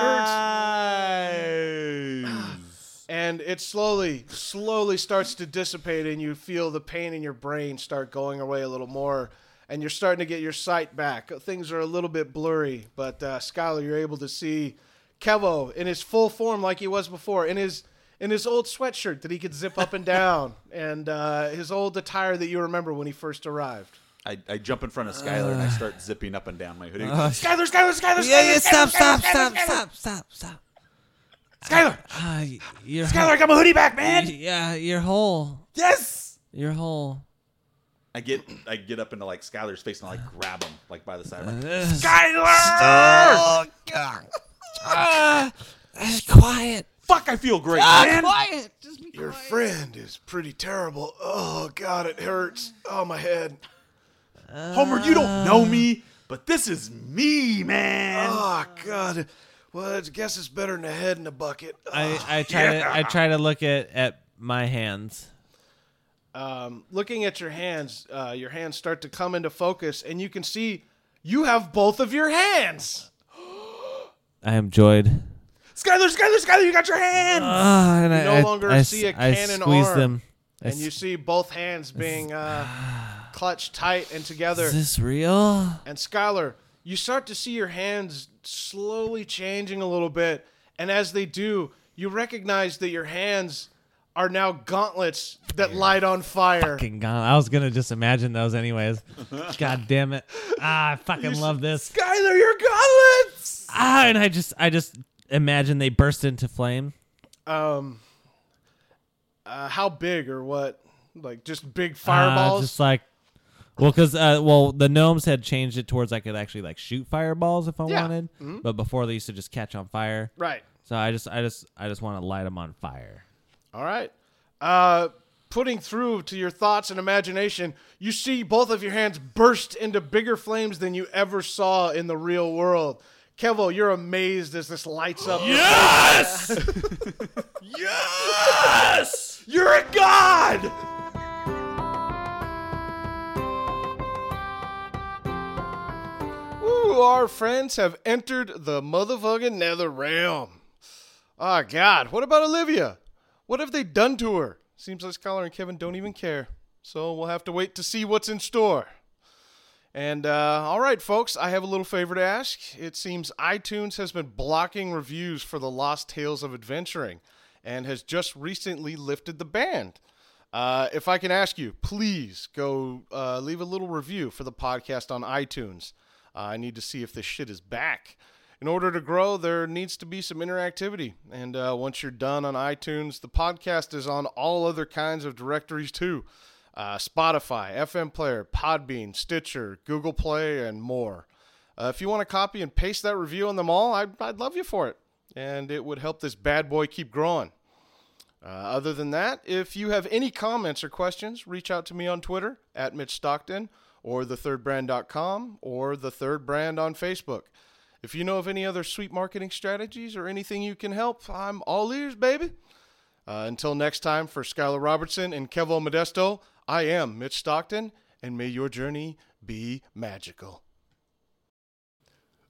[SPEAKER 3] hurts.
[SPEAKER 2] Guys!
[SPEAKER 3] And it slowly, slowly starts to dissipate, and you feel the pain in your brain start going away a little more. And you're starting to get your sight back. Things are a little bit blurry, but uh, Skylar, you're able to see Kevo in his full form like he was before, in his in his old sweatshirt that he could zip up and down, and uh, his old attire that you remember when he first arrived.
[SPEAKER 2] I, I jump in front of Skylar and I start zipping up and down my hoodie.
[SPEAKER 3] Ah.
[SPEAKER 4] Skyler, Skyler, Skyler,
[SPEAKER 9] Yeah, yeah. Stop,
[SPEAKER 4] Skyler, Skyler,
[SPEAKER 9] stop, stop,
[SPEAKER 4] Skyler, Skyler,
[SPEAKER 9] stop, stop, stop.
[SPEAKER 4] Skyler,
[SPEAKER 9] Uh, you're
[SPEAKER 4] Skyler, I got my hoodie back, man.
[SPEAKER 9] yeah, you're whole.
[SPEAKER 4] Yes.
[SPEAKER 9] You're whole.
[SPEAKER 2] I get I get up into like Skylar's face and I like
[SPEAKER 3] Ah.
[SPEAKER 2] grab him like by the side. I'm like,
[SPEAKER 4] Skyler.
[SPEAKER 9] Oh God. Ah, Just quiet.
[SPEAKER 2] Fuck, I feel great,
[SPEAKER 9] Ah,
[SPEAKER 2] man.
[SPEAKER 9] quiet. Just be
[SPEAKER 3] Your
[SPEAKER 9] quiet.
[SPEAKER 3] friend is pretty terrible. Oh, God, it hurts. Oh, my head.
[SPEAKER 2] Homer, you don't know me, but this is me, man.
[SPEAKER 3] Oh, God. Well, I guess it's better than a head in a bucket.
[SPEAKER 9] I, I try to I try to look at at my hands.
[SPEAKER 3] Um, looking at your hands, uh, your hands start to come into focus, and you can see you have both of your hands.
[SPEAKER 9] I am joyed.
[SPEAKER 4] Skyler, Skyler, Skyler, you got your hand.
[SPEAKER 9] Ah, and I
[SPEAKER 3] no
[SPEAKER 9] I-
[SPEAKER 3] longer
[SPEAKER 9] I,
[SPEAKER 3] see a
[SPEAKER 9] I
[SPEAKER 3] cannon
[SPEAKER 9] squeeze
[SPEAKER 3] arm.
[SPEAKER 9] them. I
[SPEAKER 3] And you
[SPEAKER 9] s-
[SPEAKER 3] see both hands being uh, clutched tight and together.
[SPEAKER 9] is this real?
[SPEAKER 3] And Skylar, you start to see your hands slowly changing a little bit. And as they do, you recognize that your hands are now gauntlets that light on fire.
[SPEAKER 9] Fucking God, I was gonna just imagine those anyways. God damn it! Ah, I fucking love this.
[SPEAKER 4] Skyler, your gauntlets.
[SPEAKER 9] Ah, and I just I just imagine they burst into flame.
[SPEAKER 3] Um, uh, how big or what? Like just big
[SPEAKER 9] Ah,
[SPEAKER 3] fireballs?
[SPEAKER 9] just like. Well, because uh, well, the gnomes had changed it towards I could actually like shoot fireballs if I
[SPEAKER 3] Yeah. Mm-hmm.
[SPEAKER 9] wanted, but before they used to just catch on fire.
[SPEAKER 3] right.
[SPEAKER 9] So I just I just I just want to light them on fire.
[SPEAKER 3] All right. Uh, putting through to your thoughts and imagination, you see both of your hands burst into bigger flames than you ever saw in the real world. Kevo, you're amazed as this lights up.
[SPEAKER 2] Yes! You're a god!
[SPEAKER 3] Ooh, our friends have entered the motherfucking nether realm. Oh, God. What about Olivia? What have they done to her? Seems like Skylar and Kevin don't even care. So we'll have to wait to see what's in store. And, uh, all right, folks, I have a little favor to ask. It seems iTunes has been blocking reviews for the Lost Tales of Adventuring and has just recently lifted the ban. Uh, if I can ask you, please go uh, leave a little review for the podcast on iTunes. Uh, I need to see if this shit is back. In order to grow, there needs to be some interactivity. And uh, once you're done on iTunes, the podcast is on all other kinds of directories too uh, Spotify, FM Player, Podbean, Stitcher, Google Play, and more. Uh, if you want to copy and paste that review on them all, I'd, I'd love you for it. And it would help this bad boy keep growing. Uh, other than that, if you have any comments or questions, reach out to me on Twitter at Mitch Stockton or thethirdbrand.com or the third brand on Facebook. If you know of any other sweet marketing strategies or anything you can help, I'm all ears, baby. Uh, until next time, for Skylar Robertson and Kevo Modesto, I am Mitch Stockton, and may your journey be magical.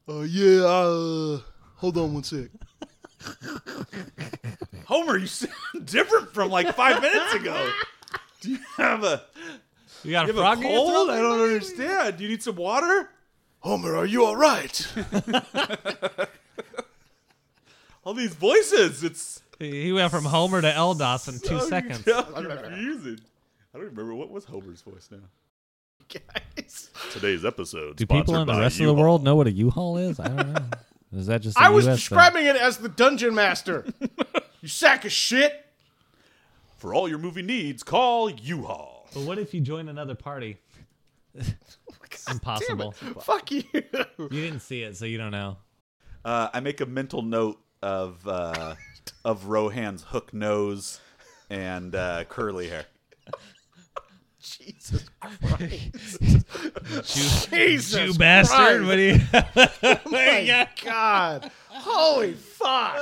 [SPEAKER 3] Uh, yeah, uh, hold on one sec.
[SPEAKER 2] Homer, you sound different from like five minutes ago. Do you have a,
[SPEAKER 9] You got
[SPEAKER 2] you have a cold? I don't understand. Do you need some water?
[SPEAKER 3] Homer, are you all right?
[SPEAKER 2] All these voices. It's
[SPEAKER 9] He went from Homer to Eldos in two seconds.
[SPEAKER 2] Yeah, confusing. I don't remember what was Homer's voice now.
[SPEAKER 3] Guys.
[SPEAKER 2] Today's episode.
[SPEAKER 9] Do people in the rest of the world know what a U-Haul is? I don't know. Is that just I
[SPEAKER 3] I was describing it as the dungeon master. you sack of shit.
[SPEAKER 2] For all your movie needs, call U-Haul.
[SPEAKER 9] But what if you join another party? Impossible.
[SPEAKER 3] Fuck you.
[SPEAKER 9] You didn't see it, so you don't know.
[SPEAKER 2] Uh, I make a mental note of uh, of Rohan's hook nose and uh, curly hair.
[SPEAKER 3] Jesus Jesus
[SPEAKER 1] You bastard.
[SPEAKER 3] Christ.
[SPEAKER 9] Oh
[SPEAKER 1] What do you.
[SPEAKER 3] My God. Holy fuck.